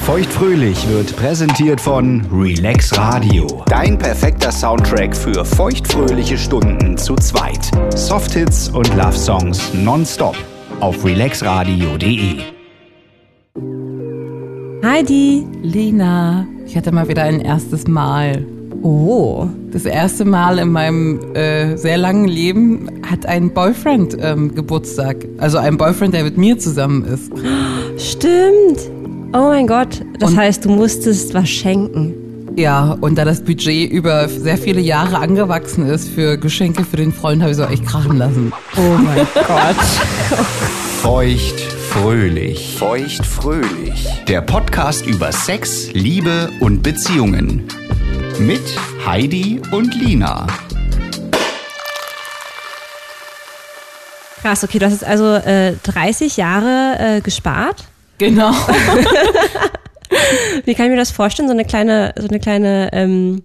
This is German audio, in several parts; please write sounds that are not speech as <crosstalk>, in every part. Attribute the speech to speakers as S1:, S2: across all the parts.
S1: Feuchtfröhlich wird präsentiert von Relax Radio. Dein perfekter Soundtrack für feuchtfröhliche Stunden zu zweit. Softhits und Love Songs nonstop auf relaxradio.de.
S2: Heidi, Lena, ich hatte mal wieder ein erstes Mal.
S3: Oh,
S2: Das erste Mal in meinem äh, sehr langen Leben hat ein Boyfriend ähm, Geburtstag. Also ein Boyfriend, der mit mir zusammen ist.
S3: stimmt. Oh mein Gott. Das
S2: Und-
S3: heißt, du musstest was schenken.
S2: Ja, und da das Budget über sehr viele Jahre angewachsen ist für Geschenke für den Freund, habe ich so echt krachen lassen.
S3: Oh mein Gott.
S1: Feuchtfröhlich. Feuchtfröhlich. Der Podcast über Sex, Liebe und Beziehungen. Mit Heidi und Lina.
S3: Krass, okay, du hast jetzt also äh, 30 Jahre äh, gespart.
S2: Genau. <laughs>
S3: Wie kann ich mir das vorstellen? So eine kleine, so eine kleine ähm,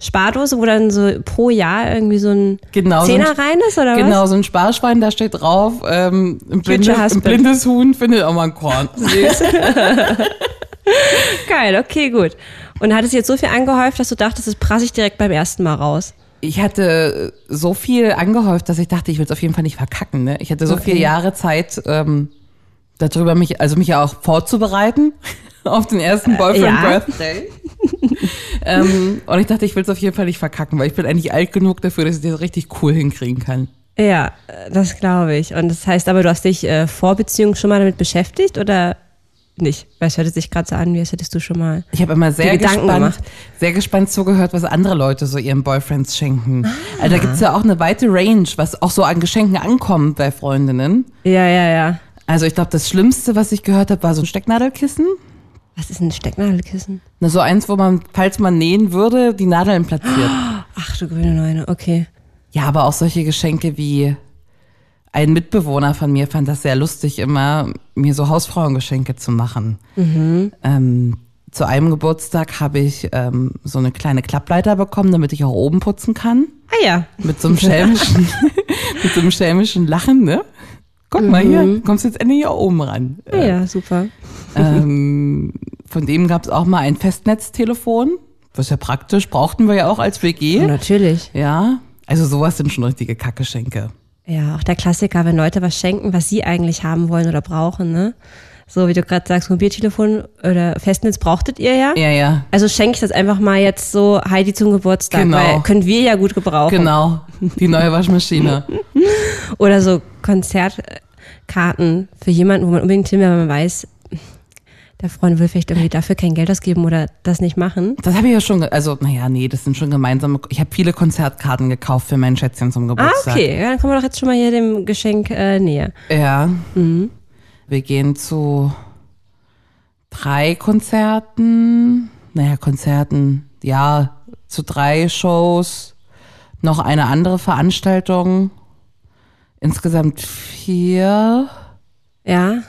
S3: Spardose, wo dann so pro Jahr irgendwie so ein
S2: Genau, so ein-
S3: Zehner rein ist, oder
S2: Genau, so ein Sparschwein, da steht drauf, ähm, ein, blindes, ein
S3: husband.
S2: blindes Huhn findet auch mal
S3: <laughs>
S2: ein Korn. Süß.
S3: was? Geil, okay, gut. Und hattest jetzt so viel angehäuft, dass du dachtest, das prasse ich direkt beim ersten Mal raus.
S2: ich hatte so viel angehäuft, dass ich dachte, ich will es auf jeden Fall nicht verkacken. Ne? Ich hatte so viele Jahre Zeit, ähm, darüber mich, also mich ja auch vorzubereiten <laughs> auf den ersten Boyfriend
S3: Äh, ja. <laughs>
S2: Birthday. ähm, und ich dachte, ich will es auf jeden Fall nicht verkacken, weil ich bin eigentlich alt genug dafür, dass ich das richtig cool hinkriegen kann.
S3: Ja, äh, das glaube ich. Und das heißt aber, du hast dich äh, vor Beziehung schon mal damit beschäftigt oder nicht? Weil es hört sich gerade so an, wie als hättest du schon mal.
S2: Ich habe immer sehr
S3: Dir Gedanken
S2: gespannt,
S3: gemacht?
S2: sehr gespannt zugehört, was andere Leute so ihren Boyfriends schenken.
S3: Ah.
S2: Also da gibt's ja auch eine weite Range, was auch so an Geschenken ankommt bei Freundinnen.
S3: Ja, ja, ja.
S2: Also ich glaube, das Schlimmste, was ich gehört habe, war so ein Stecknadelkissen.
S3: Was ist ein Stecknadelkissen?
S2: Na, so eins, wo man, falls man nähen würde, die Nadeln platziert. <gasps>
S3: Ach du grüne Neune, okay.
S2: Ja, aber auch solche Geschenke wie ein Mitbewohner von mir fand das sehr lustig, immer mir so Hausfrauengeschenke zu machen. Ähm, zu einem Geburtstag habe ich ähm, so eine kleine Klappleiter bekommen, damit ich auch oben putzen kann.
S3: Ah ja.
S2: Mit so einem schelmischen, <laughs> mit so einem schelmischen Lachen, ne? Guck mal hier, kommst jetzt endlich hier oben ran.
S3: Ah ja, super.
S2: ähm, von dem gab es auch mal ein Festnetztelefon. Was ja praktisch, brauchten wir ja auch als WG.
S3: natürlich.
S2: Ja, Mhm. also sowas sind schon richtige Kackgeschenke.
S3: Ja, auch der Klassiker, wenn Leute was schenken, was sie eigentlich haben wollen oder brauchen, ne? So wie du gerade sagst, Mobiltelefon oder Festnetz brauchtet ihr ja.
S2: Ja, ja,
S3: Also schenke ich das einfach mal jetzt so Heidi zum Geburtstag,
S2: Genau.
S3: weil können wir ja gut gebrauchen.
S2: genau. Die neue Waschmaschine.
S3: Oder so Konzertkarten für jemanden, wo man unbedingt hin will, weil man weiß, der Freund will vielleicht irgendwie dafür kein Geld ausgeben oder das nicht machen.
S2: Das habe ich ja schon, ge- also naja, nee, das sind schon gemeinsame. Ich habe viele Konzertkarten gekauft für mein Schätzchen zum
S3: Ah,
S2: Geburtstag.
S3: okay. Ja, dann kommen wir doch jetzt schon mal hier dem Geschenk äh, näher.
S2: Ja. Wir gehen zu drei Konzerten. Naja, Konzerten, ja, zu drei Shows, noch eine andere Veranstaltung. Insgesamt vier.
S3: Ja.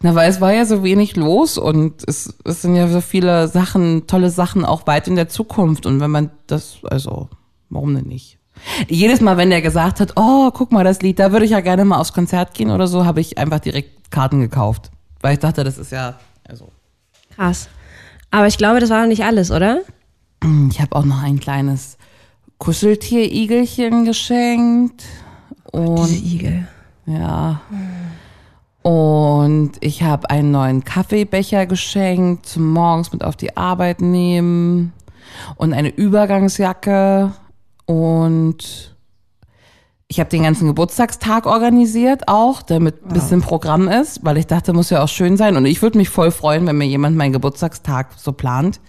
S2: Na, weil es war ja so wenig los und es, es sind ja so viele Sachen, tolle Sachen auch weit in der Zukunft. Und wenn man das, also, warum denn nicht? Jedes Mal, wenn der gesagt hat, oh, guck mal, das Lied, da würde ich ja gerne mal aufs Konzert gehen oder so, habe ich einfach direkt Karten gekauft. Weil ich dachte, das ist ja, also.
S3: Krass. Aber ich glaube, das war noch nicht alles, oder?
S2: Ich habe auch noch ein kleines Kuscheltier-Igelchen geschenkt. Und
S3: Igel.
S2: Ja. Und ich habe einen neuen Kaffeebecher geschenkt, zum morgens mit auf die Arbeit nehmen und eine Übergangsjacke und ich habe den ganzen Geburtstagstag organisiert auch, damit ein bisschen Programm ist, weil ich dachte, muss ja auch schön sein und ich würde mich voll freuen, wenn mir jemand meinen Geburtstagstag so plant.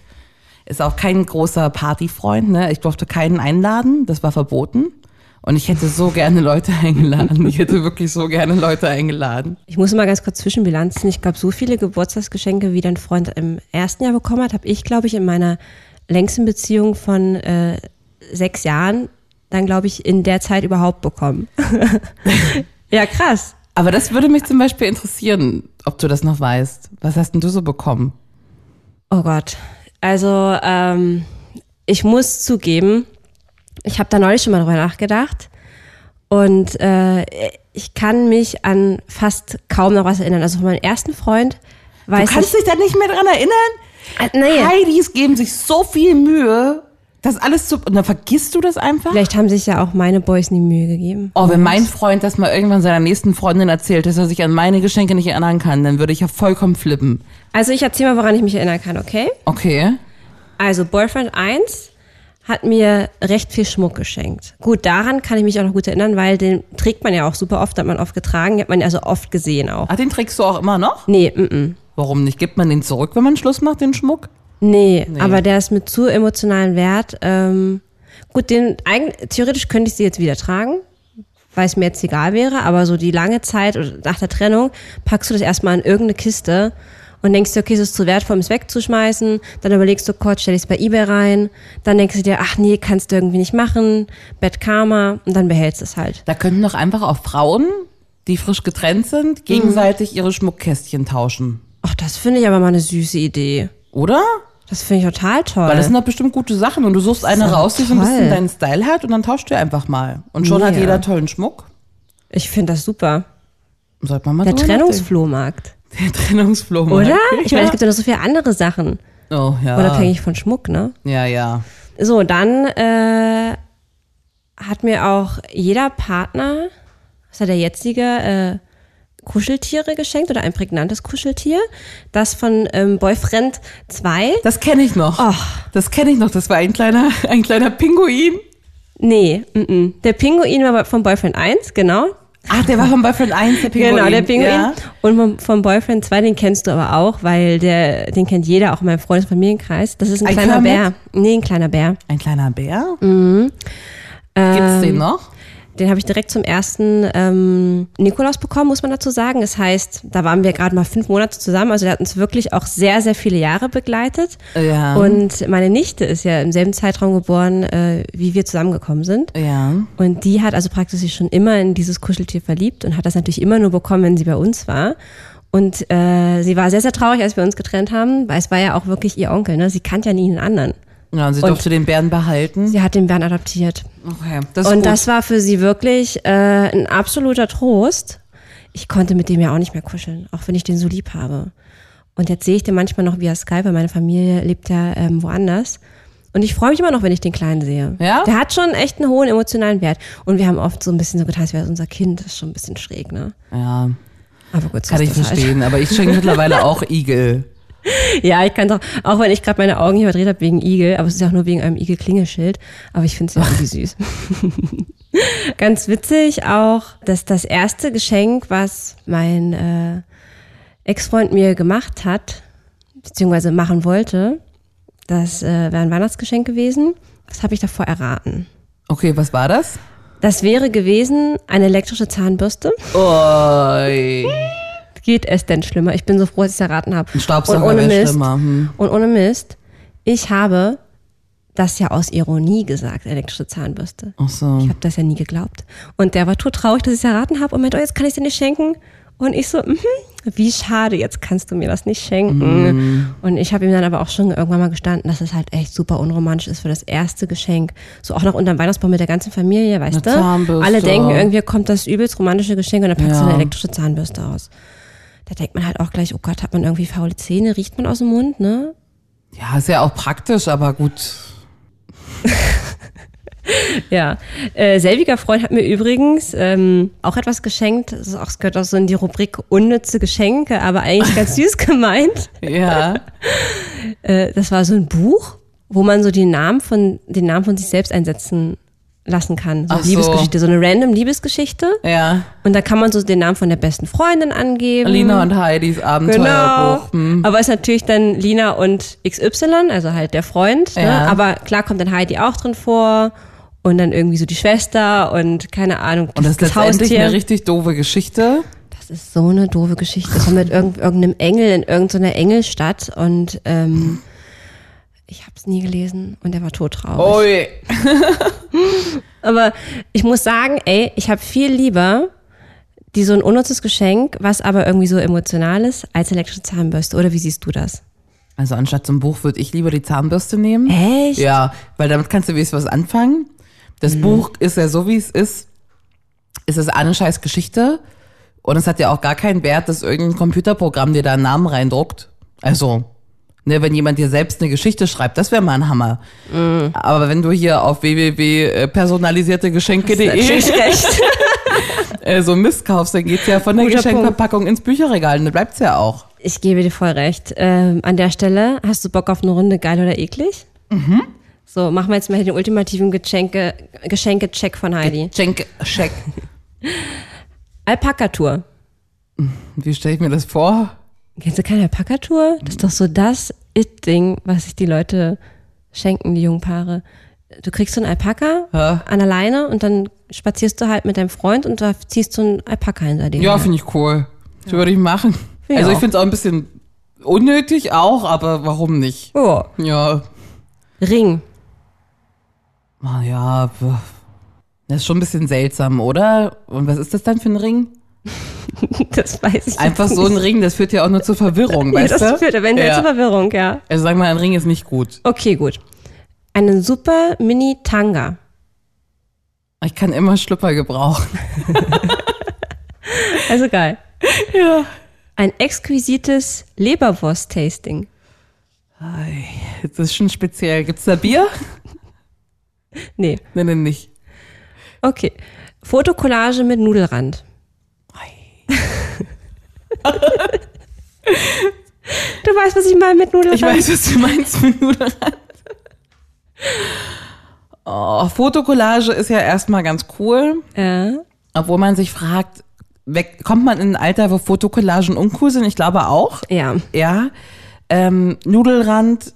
S2: Ist auch kein großer Partyfreund, ne? Ich durfte keinen einladen, das war verboten. Und ich hätte so gerne Leute <laughs> eingeladen. Ich hätte wirklich so gerne Leute eingeladen.
S3: Ich muss mal ganz kurz zwischenbilanzen. Ich glaube, so viele Geburtstagsgeschenke, wie dein Freund im ersten Jahr bekommen hat, habe ich, glaube ich, in meiner längsten Beziehung von äh, sechs Jahren dann, glaube ich, in der Zeit überhaupt bekommen. <laughs> ja, krass.
S2: Aber das würde mich zum Beispiel interessieren, ob du das noch weißt. Was hast denn du so bekommen?
S3: Oh Gott. Also, ähm, ich muss zugeben, ich habe da neulich schon mal drüber nachgedacht. Und äh, ich kann mich an fast kaum noch was erinnern. Also von meinem ersten Freund
S2: Du
S3: weiß
S2: kannst
S3: ich,
S2: dich da nicht mehr dran erinnern?
S3: Ah, nee.
S2: Heidis geben sich so viel Mühe, das alles zu. Und dann vergisst du das einfach?
S3: vielleicht haben sich ja auch meine Boys nie Mühe gegeben.
S2: Oh, wenn mein Freund das mal irgendwann seiner nächsten Freundin erzählt, dass er sich an meine Geschenke nicht erinnern kann, dann würde ich ja vollkommen flippen.
S3: Also ich erzähle mal, woran ich mich erinnern kann, okay?
S2: Okay.
S3: Also Boyfriend 1 hat mir recht viel Schmuck geschenkt. Gut, daran kann ich mich auch noch gut erinnern, weil den trägt man ja auch super oft, hat man oft getragen, hat man also oft gesehen auch.
S2: Ach, Ah, den trägst du auch immer noch?
S3: Nee, mm -mm.
S2: Warum nicht? Gibt man den zurück, wenn man Schluss macht, den Schmuck?
S3: Nee, aber der ist mit zu emotionalen Wert. Ähm, gut, den eigen- theoretisch könnte ich sie jetzt wieder tragen, weil es mir jetzt egal wäre, aber so die lange Zeit oder nach der Trennung packst du das erstmal in irgendeine Kiste und denkst dir, okay, es ist zu wertvoll, um es wegzuschmeißen. Dann überlegst du kurz, stell ich es bei Ebay rein. Dann denkst du dir, ach nee, kannst du irgendwie nicht machen, Bad Karma und dann behältst du es halt.
S2: Da könnten doch einfach auch Frauen, die frisch getrennt sind,
S3: Mhm.
S2: gegenseitig ihre Schmuckkästchen tauschen.
S3: Ach, das finde ich aber mal eine süße Idee.
S2: Oder?
S3: Das finde ich total toll.
S2: Weil das sind doch bestimmt gute Sachen und du suchst eine
S3: doch
S2: raus, die so ein bisschen
S3: toll.
S2: deinen Style hat und dann tauscht ihr einfach mal. Und schon hat
S3: Mega.
S2: jeder tollen Schmuck.
S3: ich finde das super.
S2: Sollte man mal
S3: Der
S2: drüber
S3: Trennungsflohmarkt,
S2: nachdenken. Der Trennungsflohmarkt.
S3: oder? Ich meine,
S2: ja.
S3: es gibt ja noch so viele andere Sachen.
S2: Oh, ja.
S3: Unabhängig von Schmuck, ne?
S2: Ja, ja.
S3: So, dann äh, hat mir auch jeder Partner, was hat der jetzige, äh, Kuscheltiere geschenkt oder ein prägnantes Kuscheltier. Das von ähm, Boyfriend 2.
S2: Das kenne ich noch.
S3: Och.
S2: Das kenne ich noch. Das war ein kleiner, <laughs> ein kleiner Pinguin.
S3: Nee, mm -mm. der Pinguin war von Boyfriend 1, genau.
S2: Ach, der war von Boyfriend 1, der Pinguin.
S3: Genau, der Pinguin.
S2: Ja.
S3: Und vom, vom Boyfriend 2, den kennst du aber auch, weil der, den kennt jeder, auch in meinem Freundes- und Familienkreis. Das ist ein,
S2: Ein
S3: kleiner
S2: Kermit?
S3: Bär. Nee, ein kleiner Bär.
S2: Ein kleiner Bär? Mhm. Gibt's
S3: Ähm,
S2: den noch?
S3: Den habe ich direkt zum ersten ähm, Nikolaus bekommen, muss man dazu sagen. Das heißt, da waren wir gerade mal fünf Monate zusammen. Also der hat uns wirklich auch sehr, sehr viele Jahre begleitet.
S2: Ja.
S3: Und meine Nichte ist ja im selben Zeitraum geboren, äh, wie wir zusammengekommen sind.
S2: Ja.
S3: Und die hat also praktisch sich schon immer in dieses Kuscheltier verliebt und hat das natürlich immer nur bekommen, wenn sie bei uns war. Und äh, sie war sehr, sehr traurig, als wir uns getrennt haben, weil es war ja auch wirklich ihr Onkel. Ne? Sie kannte ja nie einen anderen.
S2: Ja, und sie
S3: Und-
S2: durfte den Bären behalten.
S3: Sie hat den Bern adoptiert.
S2: Okay, das ist
S3: Und
S2: gut.
S3: das war für sie wirklich äh, ein absoluter Trost. Ich konnte mit dem ja auch nicht mehr kuscheln, auch wenn ich den so lieb habe. Und jetzt sehe ich den manchmal noch via Skype, weil meine Familie lebt ja ähm, woanders. Und ich freue mich immer noch, wenn ich den Kleinen sehe.
S2: Ja?
S3: Der hat schon echt einen hohen emotionalen Wert. Und wir haben oft so ein bisschen so getan, als wäre es unser Kind. Das ist schon ein bisschen schräg, ne?
S2: ja,
S3: Aber gut, so
S2: kann
S3: ist
S2: ich
S3: das
S2: verstehen. Aber ich
S3: <laughs>
S2: schenke mittlerweile auch Igel.
S3: Halt. Ja, ich kann doch, auch wenn ich gerade meine Augen hier verdreht habe wegen Igel, aber es ist auch nur wegen einem Igel-Klingelschild. Aber ich finde es ja irgendwie süß. <laughs> Ganz witzig auch, dass das erste Geschenk, was mein äh, Ex-Freund mir gemacht hat, beziehungsweise machen wollte, das äh, wäre ein Weihnachtsgeschenk gewesen. Was habe ich davor erraten?
S2: Okay, was war das?
S3: Das wäre gewesen eine elektrische Zahnbürste.
S2: Oi.
S3: Geht es denn schlimmer? Ich bin so froh, dass ich es erraten habe.
S2: Ein Staubsauger
S3: Und ohne
S2: wäre
S3: Mist,
S2: schlimmer, hm.
S3: Und ohne Mist, ich habe das ja aus Ironie gesagt, elektrische Zahnbürste.
S2: Ach so.
S3: Ich habe das ja nie geglaubt. Und der war todtraurig, dass ich es erraten habe und meinte, oh, jetzt kann ich es dir nicht schenken. Und ich so, mhm, wie schade, jetzt kannst du mir das nicht schenken.
S2: Mhm.
S3: Und ich habe ihm dann aber auch schon irgendwann mal gestanden, dass es halt echt super unromantisch ist für das erste Geschenk. So auch noch unterm Weihnachtsbaum mit der ganzen Familie, weißt
S2: Eine
S3: du?
S2: Zahnbürste.
S3: Alle denken, irgendwie kommt das übelst romantische Geschenk und dann packst du
S2: Ja.
S3: eine elektrische Zahnbürste aus. Da denkt man halt auch gleich, oh Gott, hat man irgendwie faule Zähne, riecht man aus dem Mund, ne?
S2: Ja, ist ja auch praktisch, aber gut.
S3: Ja, äh, selbiger Freund hat mir übrigens ähm, auch etwas geschenkt. Das, ist auch, das gehört auch so in die Rubrik unnütze Geschenke, aber eigentlich
S2: <laughs>
S3: ganz süß gemeint.
S2: Ja.
S3: Äh, das war so ein Buch, wo man so den Namen von, den Namen von sich selbst einsetzen lassen kann. So
S2: Ach so.
S3: Liebesgeschichte, so eine random Liebesgeschichte.
S2: Ja.
S3: Und da kann man so den Namen von der besten Freundin angeben.
S2: Lina und Heidis Abenteuerbuch.
S3: Mhm. Genau.
S2: Hm.
S3: Aber ist natürlich dann Lina und XY, also halt der Freund. Ne?
S2: Ja.
S3: Aber klar kommt dann Heidi auch drin vor und dann irgendwie so die Schwester und keine Ahnung,
S2: Und das ist letztendlich eine richtig doofe Geschichte.
S3: Das ist so eine doofe Geschichte. Das war mit irgend, irgendeinem Engel in irgendeiner Engelstadt und ähm, ich habe es nie gelesen und er war todtraurig.
S2: Ui.
S3: Aber ich muss sagen, ey, ich habe viel lieber die so ein unnützes Geschenk, was aber irgendwie so emotional ist, als elektrische Zahnbürste. Oder wie siehst du das?
S2: Also anstatt zum Buch würde ich lieber die Zahnbürste nehmen.
S3: Echt? Mhm.
S2: Ja, weil damit kannst du wenigstens was anfangen. Das Buch ist ja so, wie es ist. Es ist eine scheiß Geschichte. Und es hat ja auch gar keinen Wert, dass irgendein Computerprogramm dir da einen Namen reindruckt. Also, ne, wenn jemand dir selbst eine Geschichte schreibt, das wäre mal ein Hammer.
S3: Mhm.
S2: Aber wenn du hier auf äh, www.personalisiertegeschenke.de <laughs>
S3: Natürlich recht.
S2: E, äh, so Mist kaufst, dann geht's ja von der
S3: Guter
S2: Geschenkverpackung ins Bücherregal und dann bleibt's ja auch.
S3: Ich gebe dir voll recht. Ähm, an der Stelle, hast du Bock auf eine Runde geil oder eklig? Mhm. So, machen wir jetzt mal hier den ultimativen Geschenke- Geschenke-Check von Heidi.
S2: Schenke, Scheck.
S3: Alpaka-Tour.
S2: Wie stelle ich mir das vor?
S3: Kennst du keine Alpaka-Tour? Das ist doch so das It-Ding, was sich die Leute schenken, die jungen Paare. Du kriegst so einen Alpaka
S2: Ja.
S3: an der Leine und dann spazierst du halt mit deinem Freund und da ziehst du einen Alpaka hinter dir.
S2: Ja,
S3: her.
S2: finde ich cool. Das würde ich machen.
S3: ich
S2: also ich
S3: auch.
S2: finde es auch ein bisschen unnötig auch, aber warum nicht?
S3: oh.
S2: Ja,
S3: Ring. <laughs>
S2: Ah, ja, pf. das ist schon ein bisschen seltsam, oder? Und was ist das dann für ein Ring?
S3: Das weiß ich
S2: Einfach
S3: jetzt
S2: so ein
S3: nicht.
S2: Ring, das führt <laughs> ja auch nur zur Verwirrung, weißt
S3: Das
S2: du?
S3: führt eventuell
S2: ja.
S3: zu Verwirrung, ja.
S2: Also sag mal, ein Ring ist nicht gut.
S3: Okay, gut. Einen super Mini-Tanga.
S2: Ich kann immer Schlüpper gebrauchen.
S3: Also geil.
S2: <laughs> Ja.
S3: Ein exquisites Leberwurst-Tasting.
S2: Das ist schon speziell. Gibt's da Bier?
S3: Nee,
S2: Nein, nein, nicht.
S3: okay. Fotokollage mit Nudelrand. <laughs> du weißt, was ich meine mit Nudelrand?
S2: Ich weiß, was du meinst mit Nudelrand. Oh, Fotokollage ist ja erstmal ganz cool,
S3: Ja.
S2: obwohl man sich fragt, weg, kommt man in ein Alter, wo Fotokollagen uncool sind? Ich glaube auch.
S3: ja.
S2: Ja. Ähm, Nudelrand,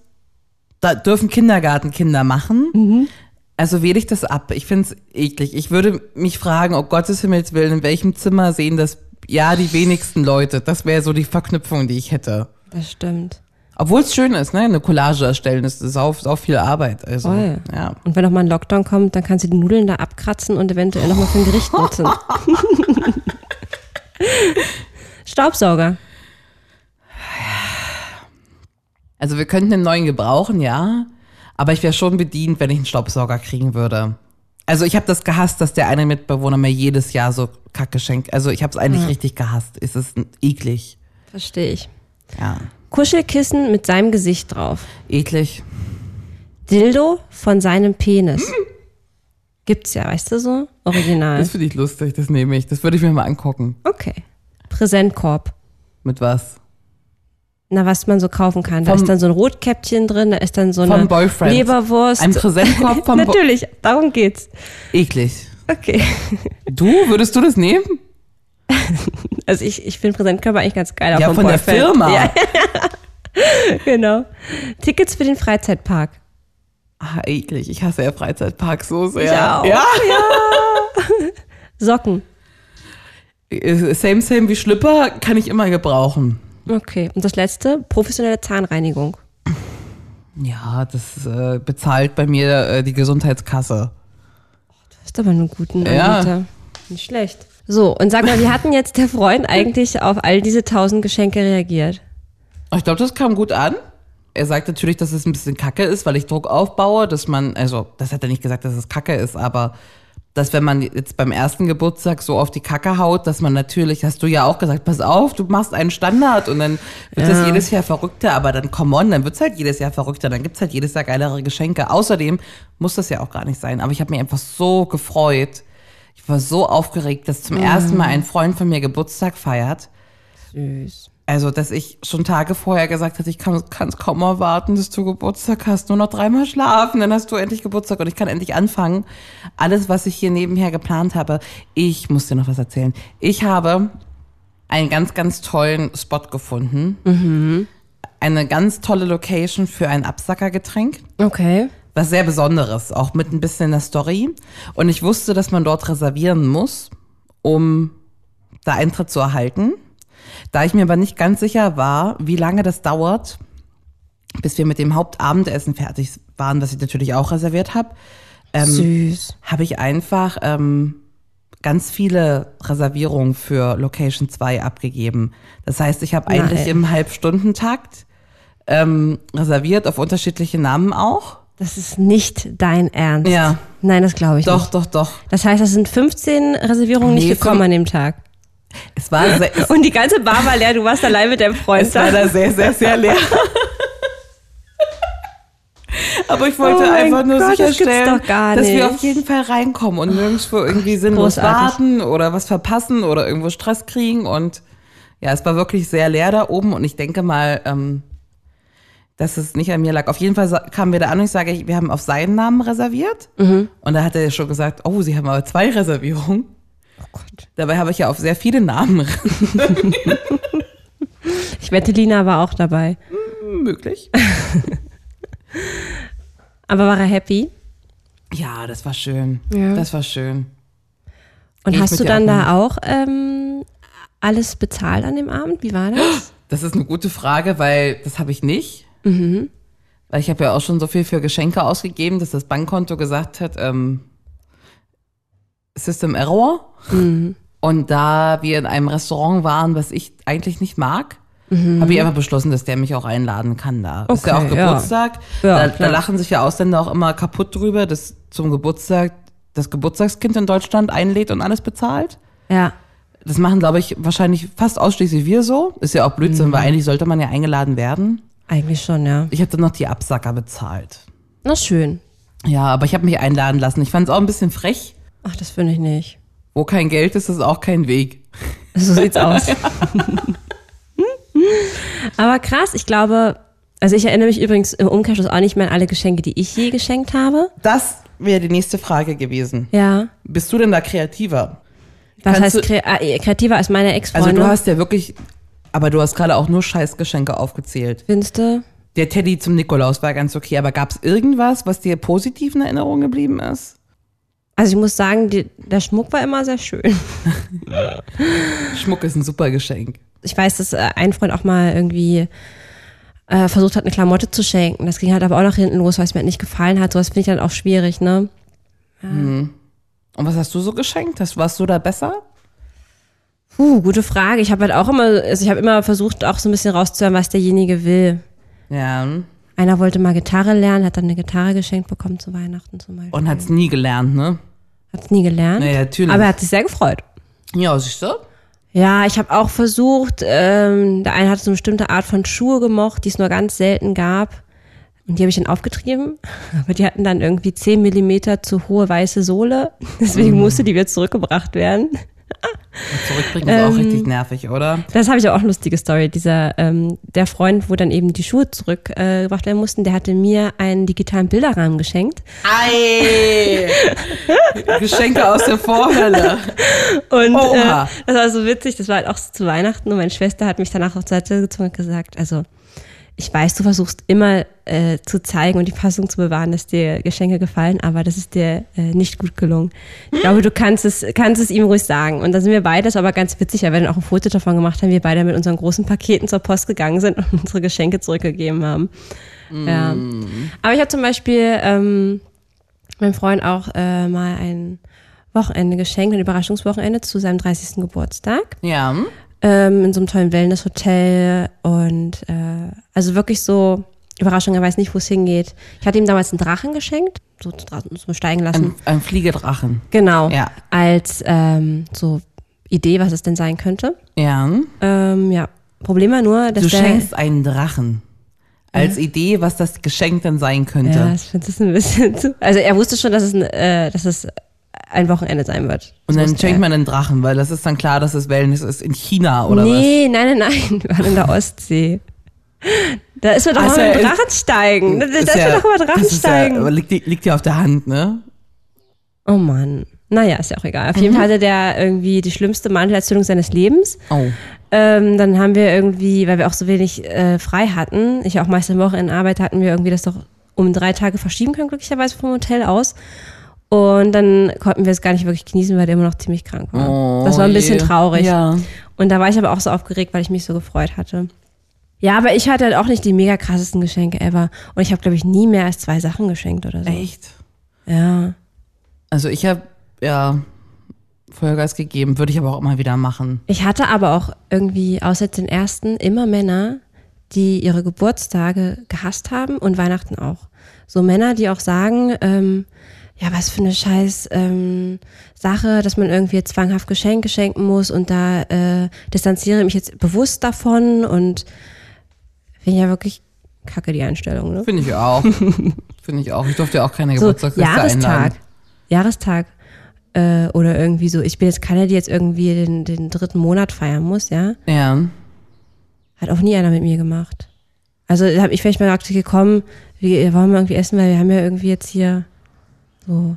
S2: da dürfen Kindergartenkinder machen. Also wähle ich das ab. Ich find's eklig. Ich würde mich fragen, ob Gottes Himmels Willen, in welchem Zimmer sehen das ja die wenigsten Leute. Das wäre so die Verknüpfung, die ich hätte.
S3: Das stimmt.
S2: Obwohl es schön ist, ne? Eine Collage erstellen, das ist auch, auch viel Arbeit. Also,
S3: Voll.
S2: ja.
S3: Und wenn nochmal ein Lockdown kommt, dann kannst du die Nudeln da abkratzen und eventuell nochmal für ein Gericht
S2: <laughs>
S3: nutzen. Staubsauger.
S2: Also wir könnten einen neuen gebrauchen, ja. Aber ich wäre schon bedient, wenn ich einen Staubsauger kriegen würde. Also ich habe das gehasst, dass der eine Mitbewohner mir jedes Jahr so Kacke schenkt. Also ich habe es eigentlich richtig gehasst. Es ist eklig.
S3: Verstehe ich.
S2: Ja,
S3: Kuschelkissen mit seinem Gesicht drauf.
S2: eklig.
S3: Dildo von seinem Penis. Gibt's ja, weißt du so? Original.
S2: Hm. Das finde ich lustig, das nehme ich. Das würde ich mir mal angucken.
S3: Okay. Präsentkorb.
S2: Mit was?
S3: Na, was man so kaufen kann. Da
S2: Vom-
S3: ist dann so ein Rotkäppchen drin, da ist dann so
S2: Vom
S3: eine
S2: Boyfriend.
S3: Leberwurst.
S2: Ein
S3: <laughs>
S2: Präsentkorb vom Bo
S3: Natürlich, darum geht's.
S2: Eklig.
S3: Okay.
S2: Du, würdest du das nehmen?
S3: Also ich, ich finde Präsentkörper eigentlich ganz geil. auch
S2: ja,
S3: vom
S2: von der
S3: Boyfriend.
S2: Firma.
S3: Ja, <laughs> genau. Tickets für den Freizeitpark.
S2: Ah, eklig. Ich hasse ja Freizeitparks so sehr.
S3: auch.
S2: Ja.
S3: <laughs> Socken.
S2: Äh, Same, same wie Schlüpper kann ich immer gebrauchen.
S3: Okay. Und das letzte, professionelle Zahnreinigung.
S2: Ja, das äh, bezahlt bei mir äh, die Gesundheitskasse.
S3: Das ist aber einen guten
S2: Ja.
S3: Anbieter. Nicht schlecht. So, und sag mal, wie hatten jetzt der Freund eigentlich auf all diese tausend Geschenke reagiert?
S2: Ich glaube, das kam gut an. Er sagt natürlich, dass es ein bisschen kacke ist, weil ich Druck aufbaue, dass man, also, das hat er nicht gesagt, dass es kacke ist, aber dass wenn man jetzt beim ersten Geburtstag so auf die Kacke haut, dass man natürlich, hast du ja auch gesagt, pass auf, du machst einen Standard und dann wird es jedes Jahr verrückter, aber dann come on, dann wird's halt jedes Jahr verrückter, dann gibt's halt jedes Jahr geilere Geschenke. Außerdem muss das ja auch gar nicht sein, aber ich habe mich einfach so gefreut. Ich war so aufgeregt, dass zum ersten Mal ein Freund von mir Geburtstag feiert.
S3: Süß.
S2: Also, dass ich schon Tage vorher gesagt hatte, ich kann es kaum erwarten, dass du Geburtstag hast. Nur noch dreimal schlafen, dann hast du endlich Geburtstag und ich kann endlich anfangen. Alles, was ich hier nebenher geplant habe, ich muss dir noch was erzählen. Ich habe einen ganz, ganz tollen Spot gefunden. Eine ganz tolle Location für ein Absackergetränk
S3: Okay.
S2: was sehr Besonderes, auch mit ein bisschen der Story. Und ich wusste, dass man dort reservieren muss, um da Eintritt zu erhalten. Da ich mir aber nicht ganz sicher war, wie lange das dauert, bis wir mit dem Hauptabendessen fertig waren, was ich natürlich auch reserviert habe, Ähm.
S3: Süß.
S2: habe ich einfach ähm, ganz viele Reservierungen für Location 2 abgegeben. Das heißt, ich habe eigentlich
S3: Nein.
S2: im Halbstundentakt ähm, reserviert, auf unterschiedliche Namen auch.
S3: Das ist nicht dein Ernst.
S2: Ja.
S3: Nein, das glaube ich
S2: Doch,
S3: nicht.
S2: doch, doch.
S3: Das heißt, das sind 15 Reservierungen
S2: Nee,
S3: nicht gekommen
S2: fünf-
S3: an dem Tag.
S2: Es war, sehr, es,
S3: Und die ganze Bar war leer, du warst allein mit deinem Freund.
S2: es war da sehr, sehr, sehr leer. <laughs> Aber ich wollte
S3: Oh mein
S2: einfach nur
S3: Gott, das gibt's
S2: sicherstellen,
S3: doch gar
S2: dass wir
S3: nicht.
S2: auf jeden Fall reinkommen und nirgendwo irgendwie sinnlos
S3: großartig.
S2: warten oder was verpassen oder irgendwo Stress kriegen. Und ja, es war wirklich sehr leer da oben und ich denke mal, ähm, dass es nicht an mir lag. Auf jeden Fall sa- kamen wir da an und ich sage, ich- wir haben auf seinen Namen reserviert.
S3: Mhm.
S2: Und da hat er schon gesagt, oh, sie haben aber zwei <laughs> Reservierungen.
S3: Oh Gott.
S2: Dabei habe ich ja auf sehr viele Namen <laughs>
S3: Ich wette, Lina war auch dabei.
S2: möglich.
S3: Aber war er happy?
S2: Ja, das war schön.
S3: Ja.
S2: Das war schön.
S3: Und
S2: Ich
S3: hast
S2: mit
S3: du
S2: dir
S3: dann da
S2: auch
S3: auch ähm, alles bezahlt an dem Abend? Wie war
S2: <gasps>
S3: das?
S2: Das ist eine gute Frage, weil das habe ich nicht.
S3: Mhm.
S2: Weil ich habe ja auch schon so viel für Geschenke ausgegeben, dass das Bankkonto gesagt hat, ähm, System Error.
S3: Mhm.
S2: Und da wir in einem Restaurant waren, was ich eigentlich nicht mag, habe ich einfach beschlossen, dass der mich auch einladen kann da. ist ja
S3: Mhm. Okay,
S2: auch
S3: ja.
S2: Geburtstag.
S3: Ja,
S2: da, da
S3: klar.
S2: lachen sich ja Ausländer auch immer kaputt drüber, dass zum Geburtstag das Geburtstagskind in Deutschland einlädt und alles bezahlt.
S3: Ja.
S2: Das machen, glaube ich, wahrscheinlich fast ausschließlich wir so. Ist ja auch Blödsinn,
S3: Mhm.
S2: weil eigentlich sollte man ja eingeladen werden.
S3: Eigentlich schon, ja.
S2: Ich habe dann noch die Absacker bezahlt.
S3: Na schön.
S2: Ja, aber ich habe mich einladen lassen. Ich fand es auch ein bisschen frech.
S3: Ach, das finde ich nicht.
S2: Wo kein Geld ist, ist auch kein Weg.
S3: So sieht's
S2: <laughs>
S3: aus. Aber krass, ich glaube, also ich erinnere mich übrigens im Umkehrschluss auch nicht mehr an alle Geschenke, die ich je geschenkt habe.
S2: Das wäre die nächste Frage gewesen.
S3: Ja.
S2: Bist du denn da kreativer?
S3: Was
S2: Kannst
S3: heißt kre äh, kreativer als meine
S2: Also
S3: Ex-Freunde?
S2: du hast ja wirklich, aber du hast gerade auch nur Scheißgeschenke aufgezählt.
S3: Finste.
S2: Der Teddy zum Nikolaus war ganz okay, aber gab es irgendwas, was dir positiv in Erinnerung geblieben ist?
S3: Also ich muss sagen, die, der Schmuck war immer sehr schön.
S2: Schmuck ist ein super Geschenk.
S3: Ich weiß, dass äh, ein Freund auch mal irgendwie äh, versucht hat, eine Klamotte zu schenken. Das ging halt aber auch nach hinten los, weil es mir halt nicht gefallen hat. Sowas finde ich dann auch schwierig, ne?
S2: Und was hast du so geschenkt? Hast, warst du da besser?
S3: Puh, gute Frage. Ich habe halt auch immer, also ich habe immer versucht, auch so ein bisschen rauszuhören, was derjenige will.
S2: Ja.
S3: Einer wollte mal Gitarre lernen, hat dann eine Gitarre geschenkt bekommen zu Weihnachten zum Beispiel.
S2: Und hat's nie gelernt, ne?
S3: Hat's nie gelernt.
S2: Naja, natürlich.
S3: Aber er hat sich sehr gefreut.
S2: Ja, siehst du?
S3: Ja, ich habe auch versucht, ähm, der eine hat so eine bestimmte Art von Schuhe gemocht, die es nur ganz selten gab. Und die habe ich dann aufgetrieben. <laughs> Aber die hatten dann irgendwie 10 Millimeter zu hohe weiße Sohle. <laughs>
S2: Mm.
S3: Deswegen musste die wieder zurückgebracht werden.
S2: Zurückbringen ist
S3: Ähm.
S2: auch richtig nervig, oder?
S3: Das habe ich auch eine lustige Story. Dieser, ähm, der Freund, wo dann eben die Schuhe zurückgebracht werden mussten, der hatte mir einen digitalen Bilderrahmen geschenkt.
S2: Ei! <laughs> Geschenke aus der Vorhölle.
S3: Und äh,
S2: Oha.
S3: das war so witzig, das war halt auch so zu Weihnachten und meine Schwester hat mich danach auf Seite gezogen und gesagt, also ich weiß, du versuchst immer äh, zu zeigen und die Fassung zu bewahren, dass dir Geschenke gefallen, aber das ist dir äh, nicht gut gelungen. Ich glaube, du kannst es, kannst es ihm ruhig sagen. Und da sind wir beide, das war aber ganz witzig, weil wir dann auch ein Foto davon gemacht haben, wir beide mit unseren großen Paketen zur Post gegangen sind und <laughs> unsere Geschenke zurückgegeben haben. Ja. Aber ich habe zum Beispiel ähm, meinem Freund auch äh, mal ein Wochenende geschenkt, ein Überraschungswochenende zu seinem 30. Geburtstag
S2: Ja. hm?
S3: ähm, in so einem tollen Wellnesshotel und äh, also wirklich so Überraschung, er weiß nicht, wo es hingeht. Ich hatte ihm damals einen Drachen geschenkt, so draußen zum Steigen lassen.
S2: Ein, ein Fliegedrachen.
S3: genau,
S2: Ähm, ja.
S3: als ähm, so Idee, was es denn sein könnte.
S2: Ja. hm?
S3: Ähm, ja, Problem war nur, dass
S2: Du
S3: der...
S2: schenkst einen Drachen. Als Idee, was das Geschenk dann sein könnte.
S3: ja, ich finde das ein bisschen <laughs> zu... Also er wusste schon, dass es ein, äh, dass es ein Wochenende sein wird. Das
S2: Und dann
S3: wusste
S2: schenkt
S3: er.
S2: man einen Drachen, weil das ist dann klar, dass es Wellness ist in China oder
S3: nee, nein, nein, nein, wir waren in der Ostsee. Da ist man doch
S2: Also,
S3: mal mit
S2: ist-
S3: dem Drachensteigen. Da da
S2: was.
S3: ist man doch mal mit dem
S2: das ist
S3: Drachensteigen.
S2: Ja, liegt, liegt ja auf der Hand, ne?
S3: Oh Mann. Naja, ist ja auch egal. Auf jeden Fall hatte der irgendwie die schlimmste Mandelentzündung seines Lebens.
S2: Oh.
S3: Ähm, dann haben wir irgendwie, weil wir auch so wenig äh, frei hatten, ich auch meist am Wochenende Arbeit, hatten wir irgendwie das doch um drei Tage verschieben können, glücklicherweise vom Hotel aus. Und dann konnten wir es gar nicht wirklich genießen, weil der immer noch ziemlich krank war.
S2: Oh
S3: das war ein bisschen
S2: je.
S3: traurig.
S2: Ja.
S3: Und da war ich aber auch so aufgeregt, weil ich mich so gefreut hatte. Ja, aber ich hatte halt auch nicht die mega krassesten Geschenke ever. Und ich habe, glaube ich, nie mehr als zwei Sachen geschenkt oder so.
S2: Echt?
S3: Ja.
S2: Also ich habe ja Vollgas gegeben, würde ich aber auch immer wieder machen.
S3: Ich hatte aber auch irgendwie, außer den ersten, immer Männer, die ihre Geburtstage gehasst haben und Weihnachten auch. So Männer, die auch sagen, ähm, ja, was für eine scheiß ähm, Sache, dass man irgendwie jetzt zwanghaft Geschenke schenken muss und da äh, distanziere ich mich jetzt bewusst davon und finde ich ja wirklich kacke, die Einstellung. Ne?
S2: Finde ich
S3: <laughs>
S2: auch. Finde ich auch. Ich durfte ja auch keine
S3: So,
S2: Geburtstagsliste
S3: Jahrestag.
S2: einladen.
S3: Jahrestag. Äh, oder irgendwie so. Ich bin jetzt keiner, die jetzt irgendwie den, den dritten Monat feiern muss, ja.
S2: Ja.
S3: Hat auch nie einer mit mir gemacht. Also habe ich vielleicht mal gesagt, okay, komm, wir wollen mal irgendwie essen, weil wir haben ja irgendwie jetzt hier so,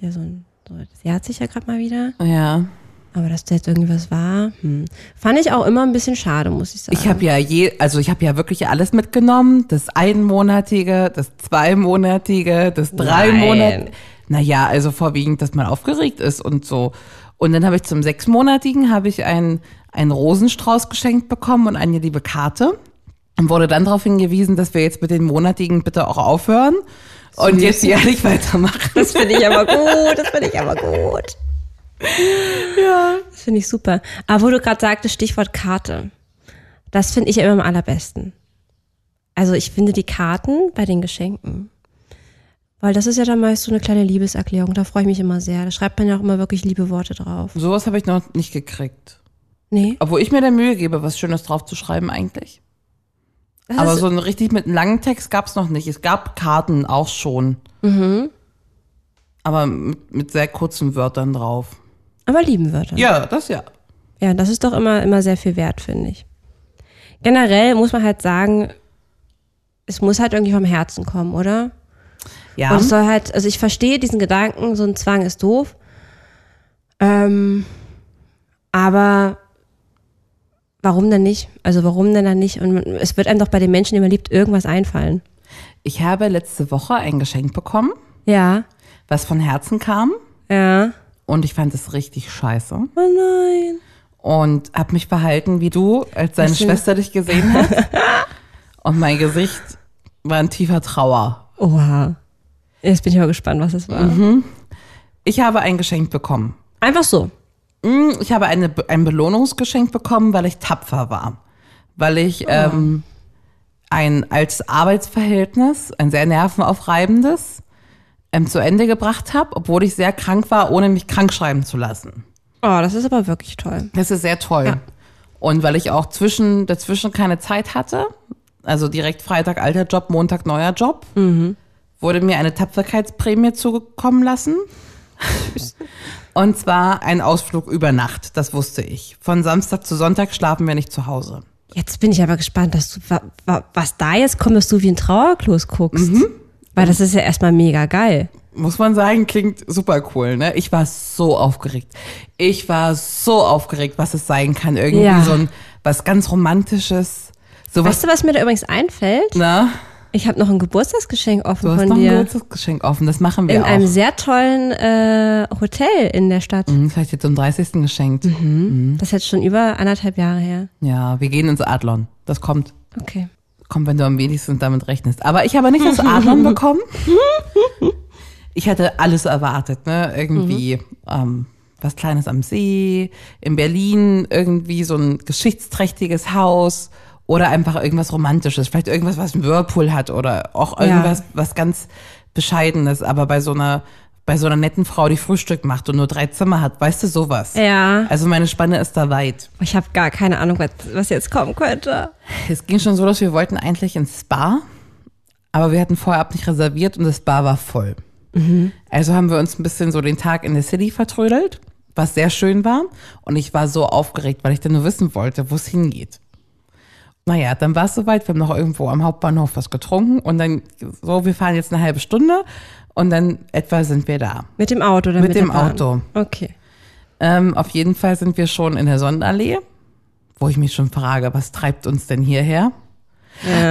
S3: ja, so ein, so, das jährt sich ja gerade mal wieder.
S2: Ja.
S3: Aber dass da jetzt irgendwas war, hm. fand ich auch immer ein bisschen schade, muss ich sagen.
S2: Ich habe ja je, also ich habe ja wirklich alles mitgenommen. Das einmonatige, das zweimonatige, das dreimonatige.
S3: Nein.
S2: Naja, also vorwiegend, dass man aufgeregt ist und so. Und dann habe ich zum sechsmonatigen habe ich einen, einen Rosenstrauß geschenkt bekommen und eine liebe Karte. Und wurde dann darauf hingewiesen, dass wir jetzt mit den monatigen bitte auch aufhören und jetzt jährlich weitermachen. <laughs>
S3: Das finde ich aber gut, das finde ich aber gut. Ja. Das finde ich super. Aber wo du gerade sagtest, Stichwort Karte. Das finde ich immer am allerbesten. Also ich finde die Karten bei den Geschenken. Weil das ist ja dann meist so eine kleine Liebeserklärung. Da freue ich mich immer sehr. Da schreibt man ja auch immer wirklich liebe Worte drauf.
S2: Sowas habe ich noch nicht gekriegt.
S3: Nee.
S2: Obwohl ich mir der Mühe gebe, was Schönes drauf zu schreiben eigentlich.
S3: Das
S2: Aber
S3: ist,
S2: so ein richtig mit einem langen Text gab's noch nicht. Es gab Karten auch schon. Aber mit, mit sehr kurzen Wörtern drauf.
S3: aber lieben Wörter.
S2: Ja, das ja.
S3: Ja, das ist doch immer, immer sehr viel wert, finde ich. Generell muss man halt sagen, es muss halt irgendwie vom Herzen kommen, oder?
S2: Ja.
S3: Und es soll halt, also ich verstehe diesen Gedanken, so ein Zwang ist doof. Ähm, aber warum denn nicht? Also warum denn dann nicht? Und man- es wird einem doch bei den Menschen, die man liebt, irgendwas einfallen.
S2: Ich habe letzte Woche ein Geschenk bekommen,
S3: Ja,
S2: was von Herzen kam.
S3: ja.
S2: Und ich fand es richtig scheiße.
S3: Oh nein.
S2: Und hab mich verhalten wie du, als deine
S3: Bisschen-
S2: Schwester dich gesehen <laughs> hat. und mein Gesicht war in tiefer Trauer.
S3: Oha. Jetzt bin ich mal gespannt, was es war.
S2: Ich habe ein Geschenk bekommen.
S3: Einfach so.
S2: Mm, Ich habe eine, ein Belohnungsgeschenk bekommen, weil ich tapfer war. Weil ich ähm, ein als Arbeitsverhältnis, ein sehr nervenaufreibendes, ähm, zu Ende gebracht habe, obwohl ich sehr krank war, ohne mich krank schreiben zu lassen.
S3: Oh, das ist aber wirklich toll.
S2: Das ist sehr toll. Und weil ich auch zwischen, dazwischen keine Zeit hatte, also direkt Freitag alter Job, Montag neuer Job, wurde mir eine Tapferkeitsprämie zugekommen lassen. Und zwar ein Ausflug über Nacht, das wusste ich. Von Samstag zu Sonntag schlafen wir nicht zu Hause.
S3: Jetzt bin ich aber gespannt, dass du, wa, wa, was da jetzt kommt, dass du wie ein Trauerklos guckst. Weil das ist ja erstmal mega geil.
S2: muss man sagen, klingt super cool, ne? Ich war so aufgeregt. Ich war so aufgeregt, was es sein kann. Irgendwie
S3: Ja.
S2: so ein, was ganz Romantisches. Sowas,
S3: Weißt du, was mir da übrigens einfällt?
S2: ne?
S3: Ich habe noch ein Geburtstagsgeschenk
S2: Du
S3: offen
S2: hast
S3: von
S2: noch ein
S3: dir.
S2: Geburtstagsgeschenk offen, das machen wir
S3: In
S2: auch.
S3: einem sehr tollen äh, Hotel in der Stadt.
S2: Hm, Vielleicht jetzt zum 30. geschenkt.
S3: Mhm.
S2: Mhm.
S3: Das ist jetzt schon über anderthalb Jahre her.
S2: Ja, wir gehen ins Adlon. Das kommt.
S3: Okay.
S2: Kommt, wenn du am wenigsten damit rechnest. Aber ich habe nicht das Adlon bekommen. Ich hatte alles erwartet, ne? Irgendwie ähm, was Kleines am See, in Berlin irgendwie so ein geschichtsträchtiges Haus oder einfach irgendwas Romantisches. Vielleicht irgendwas, was einen Whirlpool hat oder auch irgendwas, was ganz Bescheidenes, aber bei so einer bei so einer netten Frau, die Frühstück macht und nur drei Zimmer hat, weißt du sowas?
S3: Ja.
S2: Also meine Spanne ist da weit.
S3: Ich habe gar keine Ahnung, was, was jetzt kommen könnte.
S2: Es ging schon so los, wir wollten eigentlich ins Spa, aber wir hatten vorher ab nicht reserviert und das Spa war voll. Also haben wir uns ein bisschen so den Tag in der City vertrödelt, was sehr schön war. Und ich war so aufgeregt, weil ich dann nur wissen wollte, wo es hingeht. Naja, dann war es soweit. Wir haben noch irgendwo am Hauptbahnhof was getrunken und dann so, wir fahren jetzt eine halbe Stunde und dann etwa sind wir da.
S3: Mit dem Auto oder mit,
S2: Mit dem
S3: der Bahn?
S2: Auto.
S3: Okay.
S2: Ähm, auf jeden Fall sind wir schon in der Sonnenallee, wo ich mich schon frage, was treibt uns denn hierher?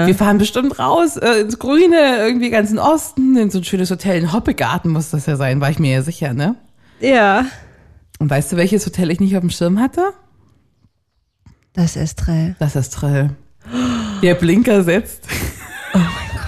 S2: Wir fahren bestimmt raus äh, ins Grüne, irgendwie ganz in den Osten, in so ein schönes Hotel. In Hoppegarten muss das ja sein, war ich mir ja sicher, ne?
S3: Ja.
S2: Und weißt du, welches Hotel ich nicht auf dem Schirm hatte?
S3: Das Estrell.
S2: Das ist Trill. Der Blinker setzt. Oh mein Gott.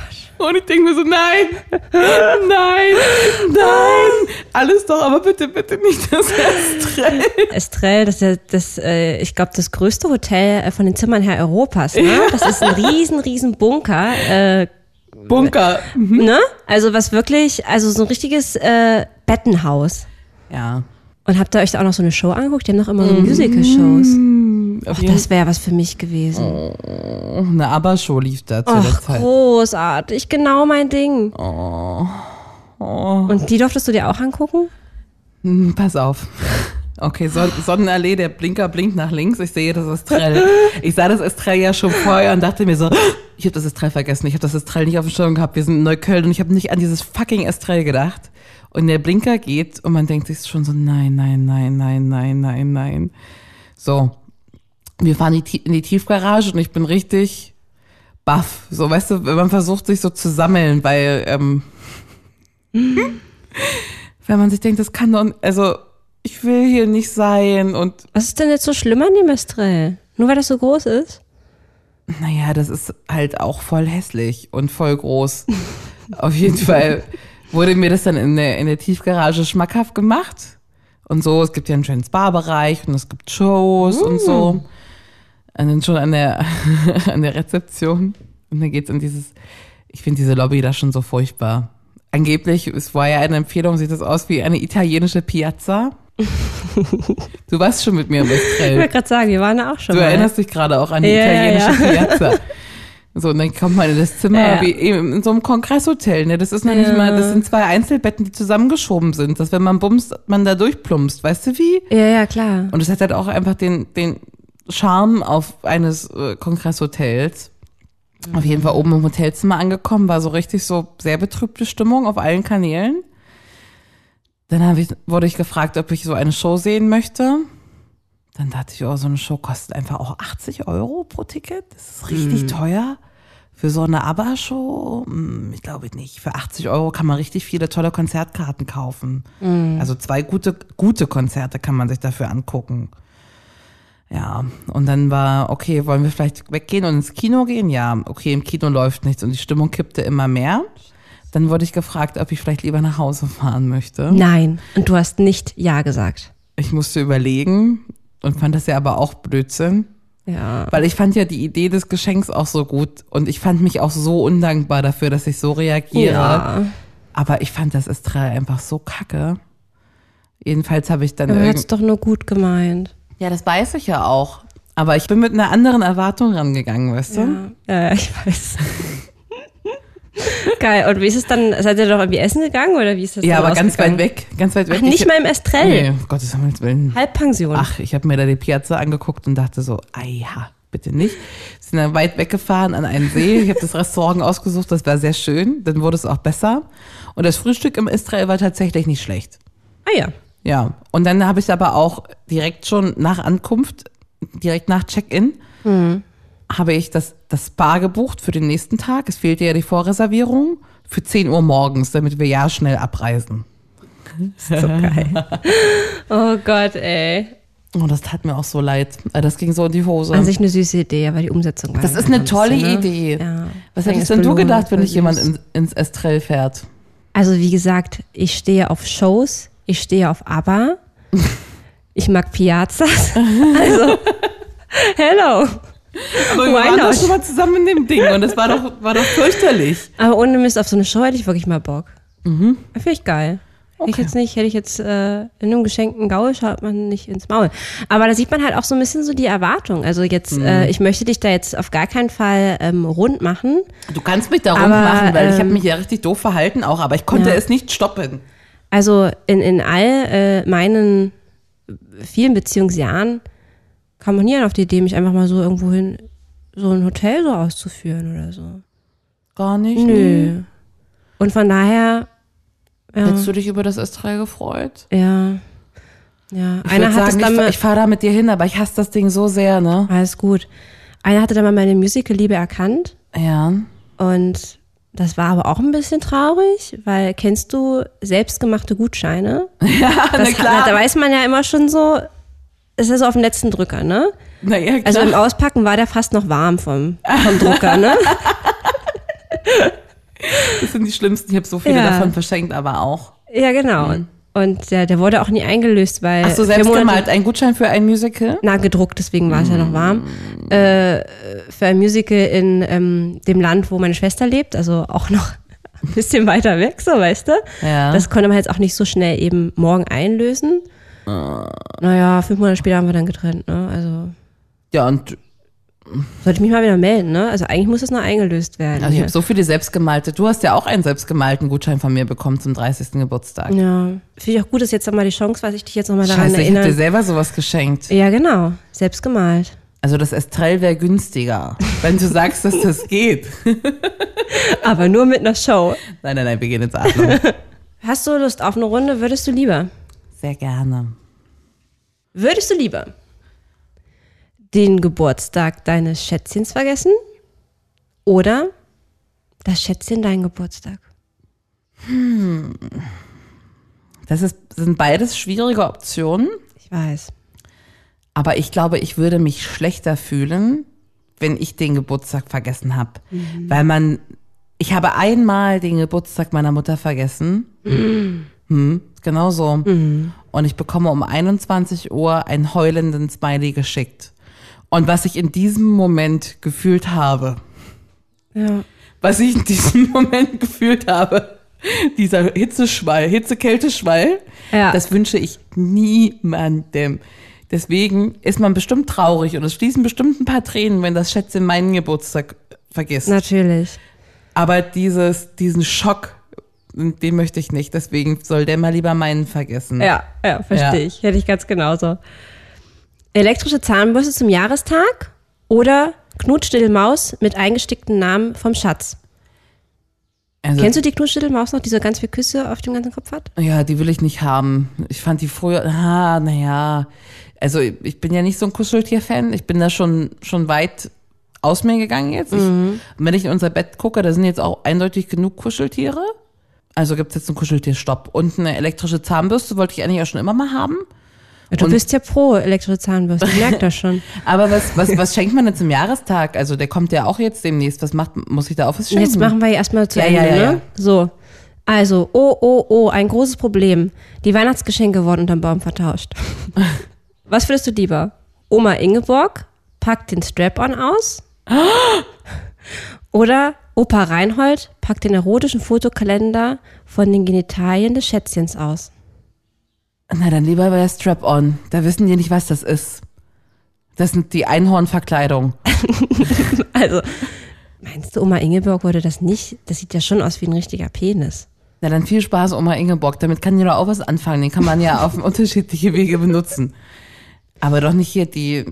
S2: Und ich denke mir so, nein, nein, nein. Alles doch, aber bitte, bitte nicht das Estrell.
S3: <laughs> Estrell, das ist ja das, äh, ich glaube, das größte Hotel äh, von den Zimmern her Europas. Ne? Das ist ein riesen, riesen Bunker äh,
S2: Oh Bunker. Mhm.
S3: Ne? Also was wirklich, also so ein richtiges äh, Bettenhaus.
S2: Ja.
S3: Und habt ihr euch da auch noch so eine Show angeguckt? Die haben doch immer so Musical-Shows.
S2: Mhm. Auf
S3: Och, das wäre was für mich gewesen.
S2: Eine ABBA-Show lief da zu der
S3: Och,
S2: Zeit. Oh.
S3: großartig. Genau mein Ding. Und die durftest du dir auch angucken?
S2: Hm, Pass auf. Okay, Son Sonnenallee, der Blinker blinkt nach links. Ich sehe das Estrell. Ich sah das Estrell ja schon vorher und dachte mir so, ich habe das Estrell vergessen. Ich habe das Estrell nicht auf dem Schirm gehabt. Wir sind in Neukölln und ich habe nicht an dieses fucking Estrell gedacht. Und der Blinker geht und man denkt sich schon so, nein, nein, nein, nein, nein, nein, nein. So, wir fahren die, Tie- in die Tiefgarage und ich bin richtig baff. So, weißt du, wenn man versucht, sich so zu sammeln, weil ähm, wenn man sich denkt, das kann doch, also ich will hier nicht sein und
S3: Was ist denn jetzt so schlimm an dem Estrell? Nur weil das so groß ist?
S2: naja, das ist halt auch voll hässlich und voll groß. Auf jeden Fall wurde mir das dann in der, in der Tiefgarage schmackhaft gemacht. Und so, es gibt ja einen schönen Spa-Bereich und es gibt Shows und so. Und dann schon an der, <laughs> an der Rezeption. Und dann geht's in dieses, ich finde diese Lobby da schon so furchtbar. Angeblich, es war ja eine Empfehlung, sieht das aus wie eine italienische Piazza. du warst schon mit mir im
S3: Ich
S2: Estrell.
S3: wollte gerade sagen, wir waren da auch schon
S2: Äh. Du
S3: mal.
S2: erinnerst dich gerade auch an die
S3: Ja, ja,
S2: italienische Piazza. So, und dann kommt man in das Zimmer
S3: Ja.
S2: wie eben in so einem Kongresshotel. Ne? Das ist noch
S3: Ja.
S2: nicht mal, das sind zwei Einzelbetten, die zusammengeschoben sind, dass wenn man bumst, man da durchplumpst, weißt du wie?
S3: Ja, ja, klar.
S2: Und es hat halt auch einfach den, den Charme auf eines äh, Kongresshotels. Auf jeden Fall oben im Hotelzimmer angekommen, war so richtig so sehr betrübte Stimmung auf allen Kanälen. Dann hab ich, wurde ich gefragt, ob ich so eine Show sehen möchte. Dann dachte ich, oh, so eine Show kostet einfach auch 80 Euro pro Ticket. Das ist richtig teuer. Für so eine ABBA-Show, Hm, ich glaube nicht. Für 80 Euro kann man richtig viele tolle Konzertkarten kaufen. Also zwei gute, gute Konzerte kann man sich dafür angucken. Ja, und dann war, okay, wollen wir vielleicht weggehen und ins Kino gehen? Ja, okay, im Kino läuft nichts und die Stimmung kippte immer mehr. Dann wurde ich gefragt, ob ich vielleicht lieber nach Hause fahren möchte.
S3: Nein. Und du hast nicht Ja gesagt.
S2: Ich musste überlegen und fand das ja aber auch Blödsinn.
S3: Ja.
S2: Weil ich fand ja die Idee des Geschenks auch so gut und ich fand mich auch so undankbar dafür, dass ich so reagiere.
S3: Ja.
S2: Aber ich fand das Estrell einfach so kacke. Jedenfalls habe ich dann
S3: Du
S2: irgend-
S3: hast doch nur gut gemeint.
S2: Ja, das weiß ich ja auch. Aber ich bin mit einer anderen Erwartung rangegangen, weißt du?
S3: Ja, ja, ich
S2: <laughs>
S3: weiß. Geil. Und wie ist es dann? Seid ihr doch irgendwie essen gegangen oder wie ist das
S2: Ja,
S3: dann
S2: aber ganz weit
S3: ausgegangen?
S2: weg. Ganz weit weg.
S3: Ach, nicht
S2: ich,
S3: mal im Estrell.
S2: Nee, um Gottes Himmels Willen.
S3: Halbpension.
S2: Ach, ich habe mir da die Piazza angeguckt und dachte so, ei ja, bitte nicht. Sind dann weit weggefahren an einen See. Ich habe das Restaurant ausgesucht, das war sehr schön. Dann wurde es auch besser. Und das Frühstück im Israel war tatsächlich nicht schlecht.
S3: Ah ja.
S2: Ja, und dann habe ich aber auch direkt schon nach Ankunft, direkt nach Check-in,
S3: Mhm.
S2: habe ich das, das Spa gebucht für den nächsten Tag. Es fehlte ja die Vorreservierung für 10 Uhr morgens, damit wir ja schnell abreisen.
S3: So
S2: <laughs>
S3: geil. oh Gott, ey.
S2: Und Oh, das tat mir auch so leid. Äh, Das ging so in die Hose.
S3: An sich eine süße Idee, aber die Umsetzung war
S2: das
S3: ja
S2: ist eine
S3: ganz
S2: tolle
S3: so, ne?
S2: Idee.
S3: Ja.
S2: Was
S3: Deswegen
S2: hättest
S3: ist
S2: denn du
S3: Belohnung
S2: gedacht, wenn
S3: voll
S2: dich jemand
S3: süß.
S2: in, ins Estrell fährt?
S3: Also wie gesagt, ich stehe auf Shows, ich stehe auf
S2: <laughs>
S3: ABBA, ich mag Piazzas. <laughs> Also, hello.
S2: Aber
S3: wir waren doch schon
S2: mal zusammen in dem Ding und das war doch, war doch fürchterlich.
S3: Aber ohne Mist, auf so eine Show hätte ich wirklich mal Bock. Mhm. Finde ich geil. Hätte ich
S2: Okay.
S3: jetzt nicht, hätte ich jetzt äh, in einem geschenkten Gaul, schaut man nicht ins Maul. Aber da sieht man halt auch so ein bisschen so die Erwartung. Also jetzt,
S2: Mhm.
S3: äh, ich möchte dich da jetzt auf gar keinen Fall ähm, rund machen.
S2: Du kannst mich darum
S3: Aber,
S2: machen, weil ich habe
S3: ähm,
S2: mich ja richtig doof verhalten auch, aber ich konnte
S3: ja.
S2: es nicht stoppen.
S3: Also in, in all äh, meinen vielen Beziehungsjahren kam man nie auf die Idee, mich einfach mal so irgendwo hin, so ein Hotel so auszuführen oder so.
S2: Gar nicht.
S3: Nö. Und von daher, ja,
S2: Hättest du dich über das Estrell gefreut?
S3: ja, ja.
S2: Ich
S3: Einer
S2: würde
S3: hat es
S2: sagen,
S3: dann
S2: ich,
S3: mal,
S2: ich fahre da mit dir hin, aber ich hasse das Ding so sehr, ne?
S3: alles gut. Einer hatte dann mal meine Musical-Liebe erkannt
S2: Ja.
S3: und das war aber auch ein bisschen traurig, weil kennst du selbstgemachte Gutscheine?
S2: <laughs> Ja,
S3: Das,
S2: na
S3: Da
S2: klar.
S3: weiß man ja immer schon so, es ist so auf dem letzten Drücker, ne?
S2: Na ja, klar.
S3: Also im Auspacken war der fast noch warm vom, vom Drucker, ne?
S2: <laughs> das sind die schlimmsten. Ich habe so viele
S3: Ja.
S2: davon verschenkt, aber auch.
S3: Ja, genau. Und der, der wurde auch nie eingelöst, weil.
S2: Mhm. Ach so,
S3: vier
S2: selbst
S3: Monate-
S2: gemalt. Ein Gutschein für ein Musical?
S3: Na, gedruckt, deswegen war es ja noch warm.
S2: Mm.
S3: Äh, für ein Musical in ähm, dem Land, wo meine Schwester lebt, also auch noch <laughs> ein bisschen weiter weg, so weißt du.
S2: Ja.
S3: Das konnte man jetzt auch nicht so schnell eben morgen einlösen.
S2: Ah.
S3: Naja, fünf Monate später haben wir dann getrennt, ne? Also
S2: ja, und
S3: sollte ich mich mal wieder melden, ne? Also eigentlich muss das noch eingelöst werden. ne?
S2: also ich habe so viele selbstgemalte. Du hast ja auch einen selbstgemalten Gutschein von mir bekommen zum 30. Geburtstag.
S3: ja. Finde ich auch gut, dass jetzt nochmal die Chance war, dass ich dich jetzt nochmal daran
S2: Scheiße, ich hab dir
S3: erinnere.
S2: selber sowas geschenkt.
S3: Ja, genau. Selbst gemalt. <laughs>
S2: Also das Estrell wäre günstiger, <laughs> wenn du sagst, dass das geht.
S3: Aber nur mit einer Show.
S2: Nein, nein, nein, wir gehen ins
S3: <laughs>
S2: Adlon.
S3: Hast du Lust auf eine Runde? Würdest du lieber?
S2: Sehr gerne.
S3: Würdest du lieber den Geburtstag deines Schätzchens vergessen oder das Schätzchen deinen Geburtstag?
S2: Das ist, sind beides schwierige Optionen,
S3: Ich weiß.
S2: aber ich glaube, ich würde mich schlechter fühlen, wenn ich den Geburtstag vergessen habe. Weil man, ich habe einmal den Geburtstag meiner Mutter vergessen. Hm, genau so. Und ich bekomme um 21 Uhr einen heulenden Smiley geschickt. Und was ich in diesem Moment gefühlt habe,
S3: Ja.
S2: was ich in diesem <laughs> Moment gefühlt habe. Dieser Hitzeschwall, Hitze-Kälte-Schwall,
S3: Ja.
S2: das wünsche ich niemandem. Deswegen ist man bestimmt traurig und es fließen bestimmt ein paar Tränen, wenn das Schätzchen meinen Geburtstag vergisst.
S3: Natürlich.
S2: Aber dieses, diesen Schock, den möchte ich nicht. Deswegen soll der mal lieber meinen vergessen.
S3: Ja, ja, verstehe
S2: Ja.
S3: ich. Hätte ich ganz genauso. Elektrische Zahnbürste zum Jahrestag oder Knutschdittelmaus mit eingestickten Namen vom Schatz.
S2: Also,
S3: Kennst du die Knutschdittelmaus noch, die so ganz viele Küsse auf dem ganzen Kopf hat?
S2: Ja, die will ich nicht haben. Ich fand die früher, ah, naja. Also ich bin ja nicht so ein Kuscheltier-Fan. Ich bin da schon, schon weit aus mir gegangen jetzt.
S3: Mhm.
S2: Ich, wenn ich in unser Bett gucke, da sind jetzt auch eindeutig genug Kuscheltiere. Also gibt's jetzt einen Kuscheltierstopp. Und eine elektrische Zahnbürste wollte ich eigentlich auch schon immer mal haben.
S3: Du
S2: Und-
S3: bist ja pro elektrische Zahnbürste, ich merke das schon.
S2: Aber was, was, was schenkt man denn zum Jahrestag? Also der kommt ja auch jetzt demnächst. Was macht, muss ich da auch was
S3: Und
S2: schenken?
S3: Jetzt machen wir erstmal zu
S2: Ja,
S3: Ende,
S2: ja, ja,
S3: ne?
S2: ja.
S3: So. Also, oh, oh, oh, ein großes Problem. Die Weihnachtsgeschenke wurden unterm Baum
S2: <laughs>
S3: vertauscht. Was würdest du lieber? Oma Ingeborg packt den Strap-on
S2: <gasps>
S3: aus? Oder Opa Reinhold packt den erotischen Fotokalender von den Genitalien des Schätzchens aus?
S2: Na dann lieber bei der Strap-On. Da wissen die nicht, was das ist. Das sind die Einhornverkleidung.
S3: Also, meinst du, Oma Ingeborg würde das nicht? Das sieht ja schon aus wie ein richtiger Penis.
S2: Na dann viel Spaß, Oma Ingeborg. Damit kann jeder auch was anfangen. Den kann man ja
S3: <laughs>
S2: auf unterschiedliche Wege benutzen. Aber doch nicht hier die,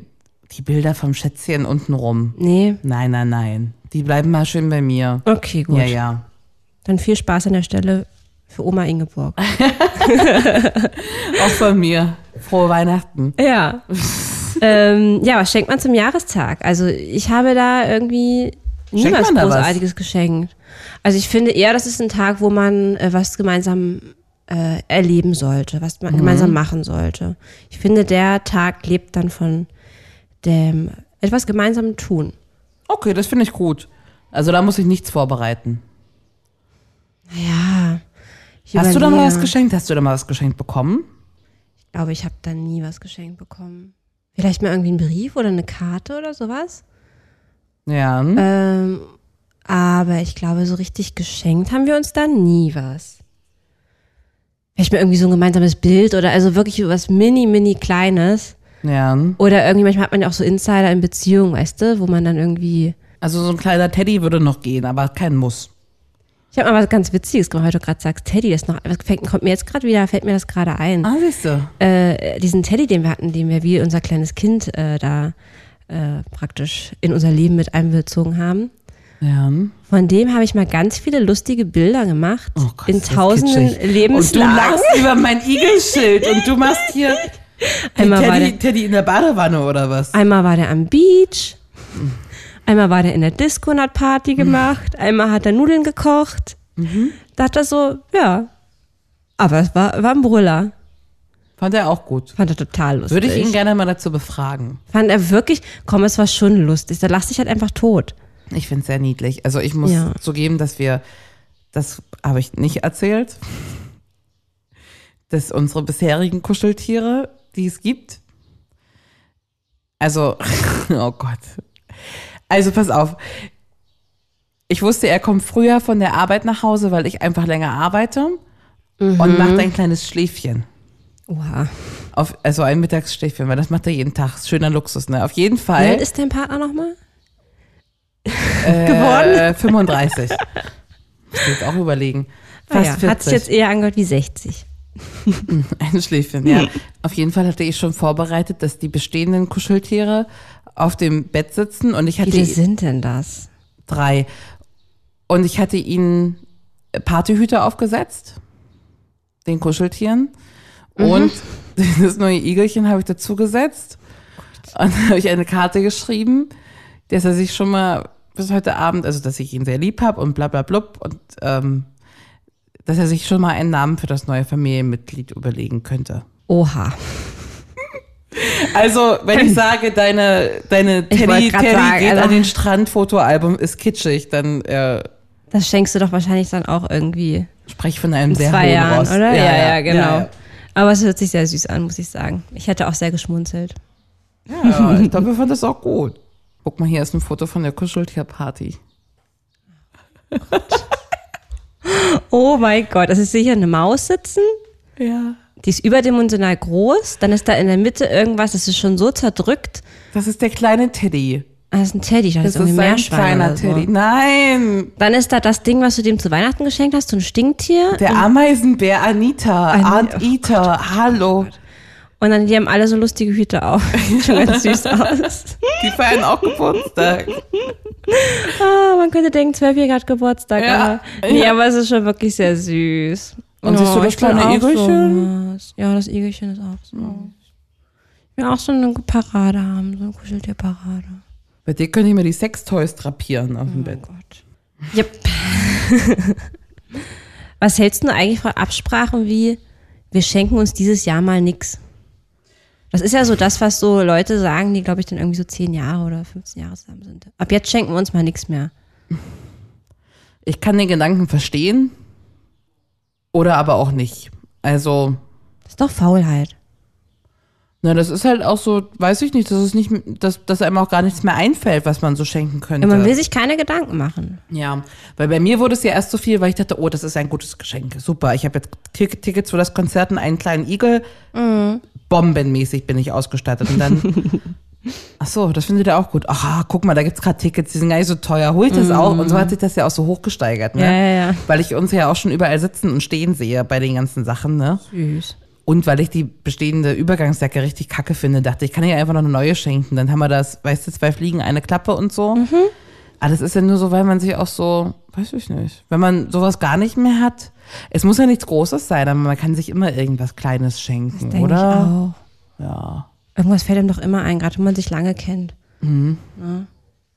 S2: die Bilder vom Schätzchen untenrum.
S3: Nee.
S2: Nein, nein, nein. Die bleiben mal schön bei mir.
S3: Okay, gut.
S2: Ja, ja.
S3: Dann viel Spaß an der Stelle für Oma Ingeborg.
S2: Auch von mir. Frohe Weihnachten. <laughs>
S3: Ja. ähm, ja, was schenkt man zum Jahrestag? Also ich habe da irgendwie nie
S2: Schenkt
S3: was
S2: man da was?
S3: Großartiges geschenkt. Also ich finde eher, das ist ein Tag, wo man äh, was gemeinsam äh, erleben sollte, was
S2: Mhm.
S3: man gemeinsam machen sollte. Ich finde, der Tag lebt dann von dem etwas gemeinsamen Tun.
S2: Okay, das finde ich gut. Also da muss ich nichts vorbereiten.
S3: Ja. Ich
S2: Hast du da mal was
S3: überlege.
S2: geschenkt? Hast du da mal was geschenkt bekommen?
S3: Ich glaube, ich habe da nie was geschenkt bekommen. Vielleicht mal irgendwie einen Brief oder eine Karte oder sowas.
S2: Ja. hm?
S3: Ähm, aber ich glaube, so richtig geschenkt haben wir uns da nie was. Vielleicht mal irgendwie so ein gemeinsames Bild oder also wirklich was mini, mini Kleines.
S2: Ja. hm?
S3: Oder irgendwie, manchmal hat man ja auch so Insider in Beziehungen, weißt du, wo man dann irgendwie.
S2: Also so ein kleiner Teddy würde noch gehen, aber kein Muss.
S3: Ich habe mal was ganz Witziges gemacht, weil du gerade sagst, Teddy, das ist noch, das fängt, kommt mir jetzt gerade wieder, fällt mir das gerade ein.
S2: Ah, siehst du.
S3: Äh, diesen Teddy, den wir hatten, den wir wie unser kleines Kind äh, da äh, praktisch in unser Leben mit einbezogen haben.
S2: Ja. hm?
S3: Von dem habe ich mal ganz viele lustige Bilder gemacht.
S2: Oh Gott,
S3: in
S2: ist das
S3: tausenden
S2: kitschig. Und du
S3: Lebenslagen.
S2: lachst über mein Igelschild und du machst hier
S3: Einmal war, der,
S2: Teddy, Teddy in der Badewanne oder was?
S3: einmal war der am Beach. Einmal war der in der Disco und hat Party gemacht. Einmal hat er Nudeln gekocht.
S2: Mhm.
S3: Da hat er so, ja. Aber es war, war ein Brüller.
S2: Fand er auch gut.
S3: Fand er total lustig.
S2: Würde ich ihn gerne mal dazu befragen.
S3: Fand er wirklich, komm, es war schon lustig. Da lass dich halt einfach tot.
S2: Ich finde es sehr niedlich. Also ich muss
S3: Ja.
S2: zugeben, dass wir, das habe ich nicht erzählt, dass unsere bisherigen Kuscheltiere, die es gibt, also, <laughs> oh Gott. Also pass auf. Ich wusste, er kommt früher von der Arbeit nach Hause, weil ich einfach länger arbeite
S3: Mhm.
S2: und macht ein kleines Schläfchen.
S3: Oha.
S2: Auf, also ein Mittagsschläfchen, weil das macht er jeden Tag. Ist Schöner Luxus, ne? Auf jeden
S3: Wie alt
S2: Fall.
S3: ist dein Partner nochmal? geworden?
S2: <laughs> Äh, 35. Muss ich jetzt auch überlegen. Fast
S3: Fast Ah ja,
S2: 40.
S3: hat sich jetzt eher angehört wie 60.
S2: <laughs> Ein Schläfchen,
S3: Hm.
S2: ja. Auf jeden Fall hatte ich schon vorbereitet, dass die bestehenden Kuscheltiere auf dem Bett sitzen und ich
S3: Wie
S2: hatte
S3: viele sind denn das?
S2: drei. Und ich hatte ihnen Partyhüter aufgesetzt, den Kuscheltieren.
S3: Mhm.
S2: Und <laughs> das neue Igelchen habe ich dazu gesetzt. Und <laughs> dann habe ich eine Karte geschrieben, dass er sich schon mal bis heute Abend, also dass ich ihn sehr lieb habe und bla bla blub und ähm, dass er sich schon mal einen Namen für das neue Familienmitglied überlegen könnte.
S3: Oha.
S2: Also,
S3: <laughs>
S2: wenn ich sage, deine, deine
S3: Ich
S2: Teddy,
S3: wollte grad
S2: Teddy
S3: sagen,
S2: geht
S3: also-
S2: an den Strand, Fotoalbum ist kitschig, dann äh,
S3: Das schenkst du doch wahrscheinlich dann auch irgendwie
S2: spreche von einem
S3: in
S2: sehr
S3: zwei
S2: hohen
S3: Jahren,
S2: Ross.
S3: oder? Ja, ja, genau.
S2: Ja,
S3: Aber es hört sich sehr süß an, muss ich sagen. Ich hätte auch sehr geschmunzelt.
S2: ja. ja ich glaube, wir fanden das auch gut. Guck mal, hier ist ein Foto von der Kuscheltierparty.
S3: Oh mein Gott, das ist sicher eine Maus sitzen.
S2: Ja.
S3: Die ist überdimensional groß. Dann ist da in der Mitte irgendwas, das ist schon so zerdrückt.
S2: Das ist der kleine Teddy.
S3: Ah, Das ist ein Teddy, ich dachte,
S2: Das
S3: das ist
S2: ist
S3: irgendwie
S2: ein
S3: Meerschwein
S2: kleiner
S3: oder so.
S2: Teddy. Nein,
S3: Dann ist da das Ding, was du dem zu Weihnachten geschenkt hast, so ein Stinktier.
S2: der Ameisenbär Anita,
S3: Ani-
S2: Aunt Ita,
S3: Oh
S2: hallo.
S3: Und dann, die haben alle so lustige Hüte auf. <laughs> Sieht schon ganz süß aus.
S2: Die feiern auch
S3: <laughs>
S2: Geburtstag.
S3: Ah, man könnte denken, Zwölfjährige hat Geburtstag.
S2: Ja,
S3: aber, nee,
S2: ja.
S3: aber es ist schon wirklich sehr süß. Oh,
S2: Und siehst du das
S3: ich will
S2: kleine
S3: auch
S2: Igelchen? Mhm.
S3: sowas. Ja, das Igelchen ist auch so. Ich will auch so eine Parade haben, so eine Kuscheltierparade.
S2: Bei dir könnte ich mir die Sextoys drapieren
S3: Oh
S2: auf dem Bett.
S3: Yep. <laughs> Was hältst du eigentlich von Absprachen wie, wir schenken uns dieses Jahr mal nix? Das ist ja so das, was so Leute sagen, die, glaube ich, dann irgendwie so 10 Jahre oder 15 Jahre zusammen sind. Ab jetzt schenken wir uns mal nichts mehr.
S2: ich kann den Gedanken verstehen oder aber auch nicht. Also,
S3: Das ist doch Faulheit.
S2: na, das ist halt auch so, weiß ich nicht, dass es nicht, dass, dass einem auch gar nichts mehr einfällt, was man so schenken könnte.
S3: Und man will sich keine Gedanken machen.
S2: ja, weil bei mir wurde es ja erst so viel, weil ich dachte, oh, das ist ein gutes Geschenk. Super, ich habe jetzt Tick- Tickets für das Konzert und einen kleinen Igel.
S3: Mhm.
S2: Bombenmäßig bin ich ausgestattet. Und dann,
S3: <laughs>
S2: ach so, das findet ihr auch gut. Aha, guck mal, da gibt's gerade Tickets, die sind gar nicht so teuer. Holt das auch. Und so hat sich das ja auch so hochgesteigert. Ne?
S3: Mhm. Ja, ja, ja.
S2: Weil ich uns ja auch schon überall sitzen und stehen sehe bei den ganzen Sachen. Ne?
S3: Süß.
S2: Und weil ich die bestehende Übergangsjacke richtig kacke finde, dachte ich, kann ihr einfach noch eine neue schenken. Dann haben wir das, weißt du, zwei Fliegen, eine Klappe und so.
S3: Mhm.
S2: Aber das ist ja nur so, weil man sich auch so, weiß ich nicht, wenn man sowas gar nicht mehr hat. Es muss ja nichts Großes sein, aber man kann sich immer irgendwas Kleines schenken,
S3: Denke
S2: oder?
S3: ich auch.
S2: Ja.
S3: Irgendwas fällt einem doch immer ein, gerade wenn man sich lange kennt.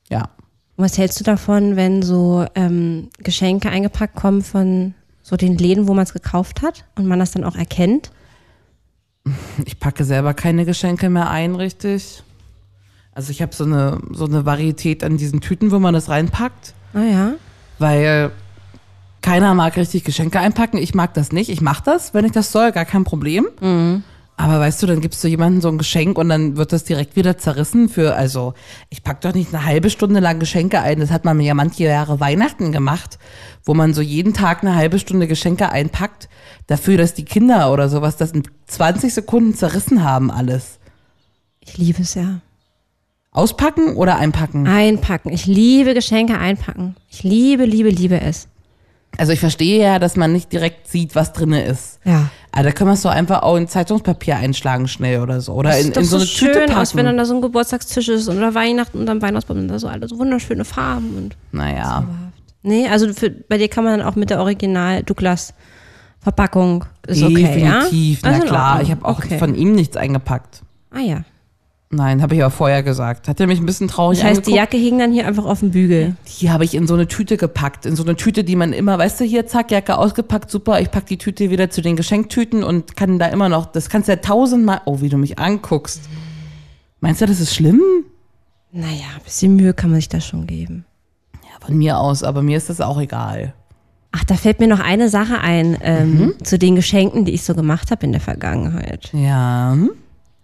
S2: Ja.
S3: Und was hältst du davon, wenn so ähm, Geschenke eingepackt kommen von so den Läden, wo man es gekauft hat und man das dann auch erkennt?
S2: Ich packe selber keine Geschenke mehr ein, richtig. Also ich habe so eine, so eine Varietät an diesen Tüten, wo man das reinpackt.
S3: Ah ja.
S2: weil keiner mag richtig Geschenke einpacken. Ich mag das nicht. Ich mache das, wenn ich das soll, gar kein Problem. Mhm. Aber weißt du, dann gibst du jemandem so ein Geschenk und dann wird das direkt wieder zerrissen für, also ich pack doch nicht eine halbe Stunde lang Geschenke ein. Das hat man mir ja manche Jahre Weihnachten gemacht, wo man so jeden Tag eine halbe Stunde Geschenke einpackt, dafür, dass die Kinder oder sowas das in 20 Sekunden zerrissen haben alles.
S3: Ich liebe es ja.
S2: Auspacken oder einpacken?
S3: Einpacken. Ich liebe Geschenke einpacken. Ich liebe, liebe, liebe es.
S2: Also ich verstehe ja, dass man nicht direkt sieht, was drinne ist.
S3: Ja.
S2: Ah, da können wir es doch einfach auch in Zeitungspapier einschlagen schnell oder so. Oder
S3: Das
S2: in,
S3: sieht doch
S2: in so
S3: so
S2: eine Tüte
S3: schön
S2: packen.
S3: aus, wenn dann da so ein Geburtstagstisch ist oder Weihnachten und dann Weihnachtsbaum und da so alle so wunderschöne Farben und
S2: naja,
S3: Nee, also für, bei dir kann man dann auch mit der Original Douglas Verpackung ist okay,
S2: definitiv.
S3: ja?
S2: Na
S3: Also in
S2: klar,
S3: Ordnung.
S2: ich habe auch
S3: okay.
S2: von ihm nichts eingepackt.
S3: Ah ja.
S2: Nein, habe ich aber vorher gesagt. Hat er mich ein bisschen traurig
S3: Das heißt, die
S2: angeguckt.
S3: Jacke hing dann hier einfach auf dem Bügel.
S2: Die, habe ich in so eine Tüte gepackt. In so eine Tüte, die man immer, weißt du, hier, zack, Jacke ausgepackt, super. Ich pack die Tüte wieder zu den Geschenktüten und kann da immer noch, das kannst du ja tausendmal, oh, wie du mich anguckst. Meinst du, das ist schlimm?
S3: Naja, ein bisschen Mühe kann man sich da schon geben.
S2: Ja, von mir aus, aber mir ist das auch egal.
S3: Ach, da fällt mir noch eine Sache ein ähm,
S2: Mhm.
S3: zu den Geschenken, die ich so gemacht habe in der Vergangenheit.
S2: Ja. hm?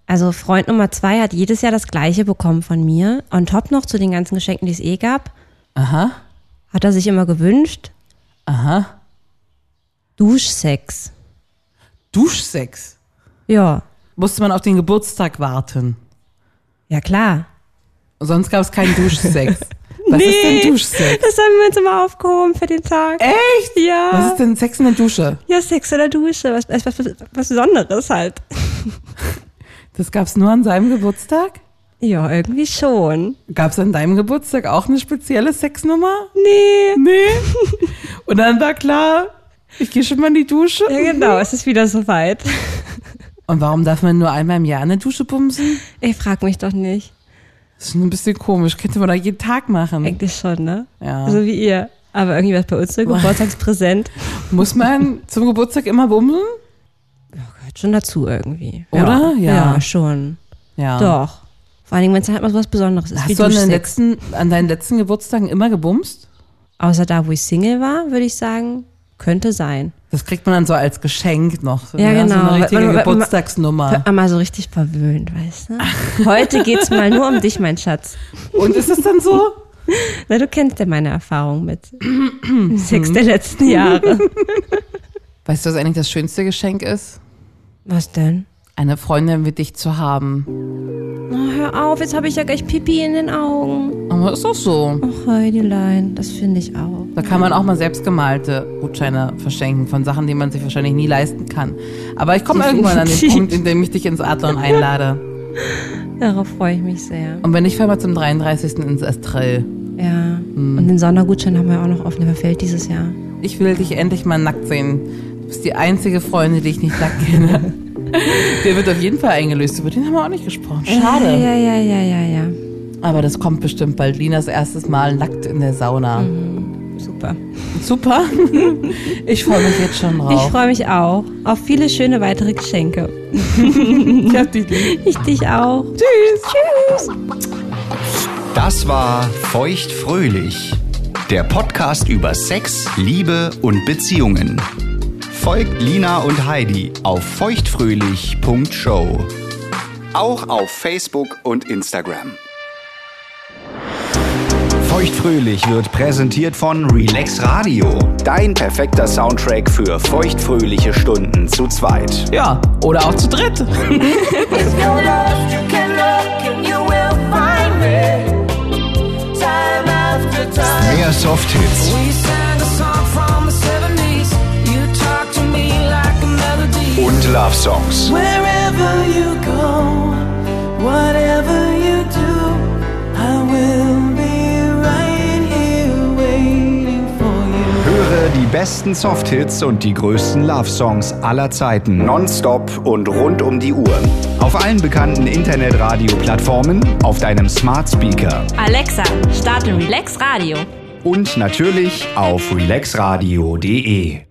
S3: Also Freund Nummer zwei hat jedes Jahr das gleiche bekommen von mir. On top noch zu den ganzen Geschenken, die es eh gab.
S2: Aha.
S3: Hat er sich immer gewünscht.
S2: Aha.
S3: Duschsex.
S2: Duschsex.
S3: Ja,
S2: Musste man auf den Geburtstag warten.
S3: ja klar.
S2: Sonst gab
S3: <laughs>
S2: es keinen Duschsex. Was ist denn Duschsex?
S3: Das haben wir uns immer aufgehoben für den Tag.
S2: Echt?
S3: Ja.
S2: Was ist denn Sex in der Dusche?
S3: Ja, Sex oder Dusche, was, äh, was, was, was Besonderes halt.
S2: Das gab es nur an seinem Geburtstag?
S3: Ja, irgendwie schon.
S2: Gab es an deinem Geburtstag auch eine spezielle Sexnummer?
S3: Nee.
S2: Nee. Und dann war klar, ich gehe schon mal in die Dusche.
S3: Ja, genau, es ist wieder soweit.
S2: Und warum darf man nur einmal im Jahr in der Dusche bumsen?
S3: Ich frag mich doch nicht.
S2: Das ist schon ein bisschen komisch. Könnte man da jeden Tag machen.
S3: Eigentlich schon, ne?
S2: Ja.
S3: So wie ihr. Aber irgendwie war es bei uns so Geburtstagspräsent.
S2: Muss man zum Geburtstag immer bumsen?
S3: Gehört schon dazu irgendwie.
S2: Oder? Ja.
S3: Ja, schon.
S2: Ja.
S3: Doch. Vor allen Dingen, wenn es halt mal so was Besonderes ist. wie
S2: Hast du an, den
S3: Duschsex.
S2: letzten, an deinen letzten Geburtstagen immer gebumst?
S3: Außer da, wo ich Single war, würde ich sagen, könnte sein.
S2: Das kriegt man dann so als Geschenk noch.
S3: Ja,
S2: ne? So
S3: genau.
S2: eine richtige
S3: Weil- weil- weil-
S2: Geburtstagsnummer.
S3: Einmal so richtig verwöhnt, weißt du? Heute geht's mal nur um dich, mein Schatz.
S2: Und ist es dann so?
S3: Na, du kennst ja meine Erfahrung <clears throat> mit Sex der letzten Jahre.
S2: <laughs> Weißt du, was eigentlich das schönste Geschenk ist?
S3: Was denn?
S2: Eine Freundin wie dich zu haben.
S3: Oh, hör auf, jetzt habe ich ja gleich Pipi in den Augen.
S2: Aber ist doch so.
S3: Och, Heidilein, das finde ich auch.
S2: Da kann man auch mal selbstgemalte Gutscheine verschenken von Sachen, die man sich wahrscheinlich nie leisten kann. Aber ich komme irgendwann an den
S3: Definitiv.
S2: Punkt, in dem ich dich ins Adlon einlade.
S3: Darauf freue ich mich sehr.
S2: Und wenn nicht, fahren wir zum 33. ins Estrell.
S3: Ja. Und den Sondergutschein haben wir auch noch offen, der verfällt dieses Jahr.
S2: Ich will dich endlich mal nackt sehen. Du bist die einzige Freundin, die ich nicht nackt <laughs> kenne. Der wird auf jeden Fall eingelöst. Über den haben wir auch nicht gesprochen. Schade.
S3: Ja, ja, ja, ja, ja.
S2: Aber das kommt bestimmt bald. Linas erstes Mal nackt in der Sauna.
S3: Super.
S2: Super. Ich freue mich jetzt schon
S3: Ich
S2: drauf.
S3: freue mich auch auf viele schöne weitere <laughs> Geschenke.
S2: Ich, ich hab die Idee.
S3: Ich dich auch.
S1: Das war Feuchtfröhlich, der Podcast über Sex, Liebe und Beziehungen. Folgt Lina und Heidi auf feuchtfröhlich.show. Auch auf Facebook und Instagram. Feuchtfröhlich wird präsentiert von Relax Radio. Dein perfekter Soundtrack für feuchtfröhliche Stunden zu zweit.
S2: Ja, oder auch zu
S4: If
S2: dritt.
S4: you're lost, you can look and you will find me. Time after time.
S1: Mehr Softhits.
S4: We sang a song from the 70s. You talk to me like a melody.
S1: und Love Songs.
S4: Wherever you go, whatever you do, I will be right here waiting for you.
S1: Höre die besten Softhits und die größten Love Songs aller Zeiten nonstop und rund um die Uhr auf allen bekannten Internetradio-Plattformen, auf deinem Smart Speaker
S3: Alexa, starte Relax Radio.
S1: und natürlich auf relaxradio.de.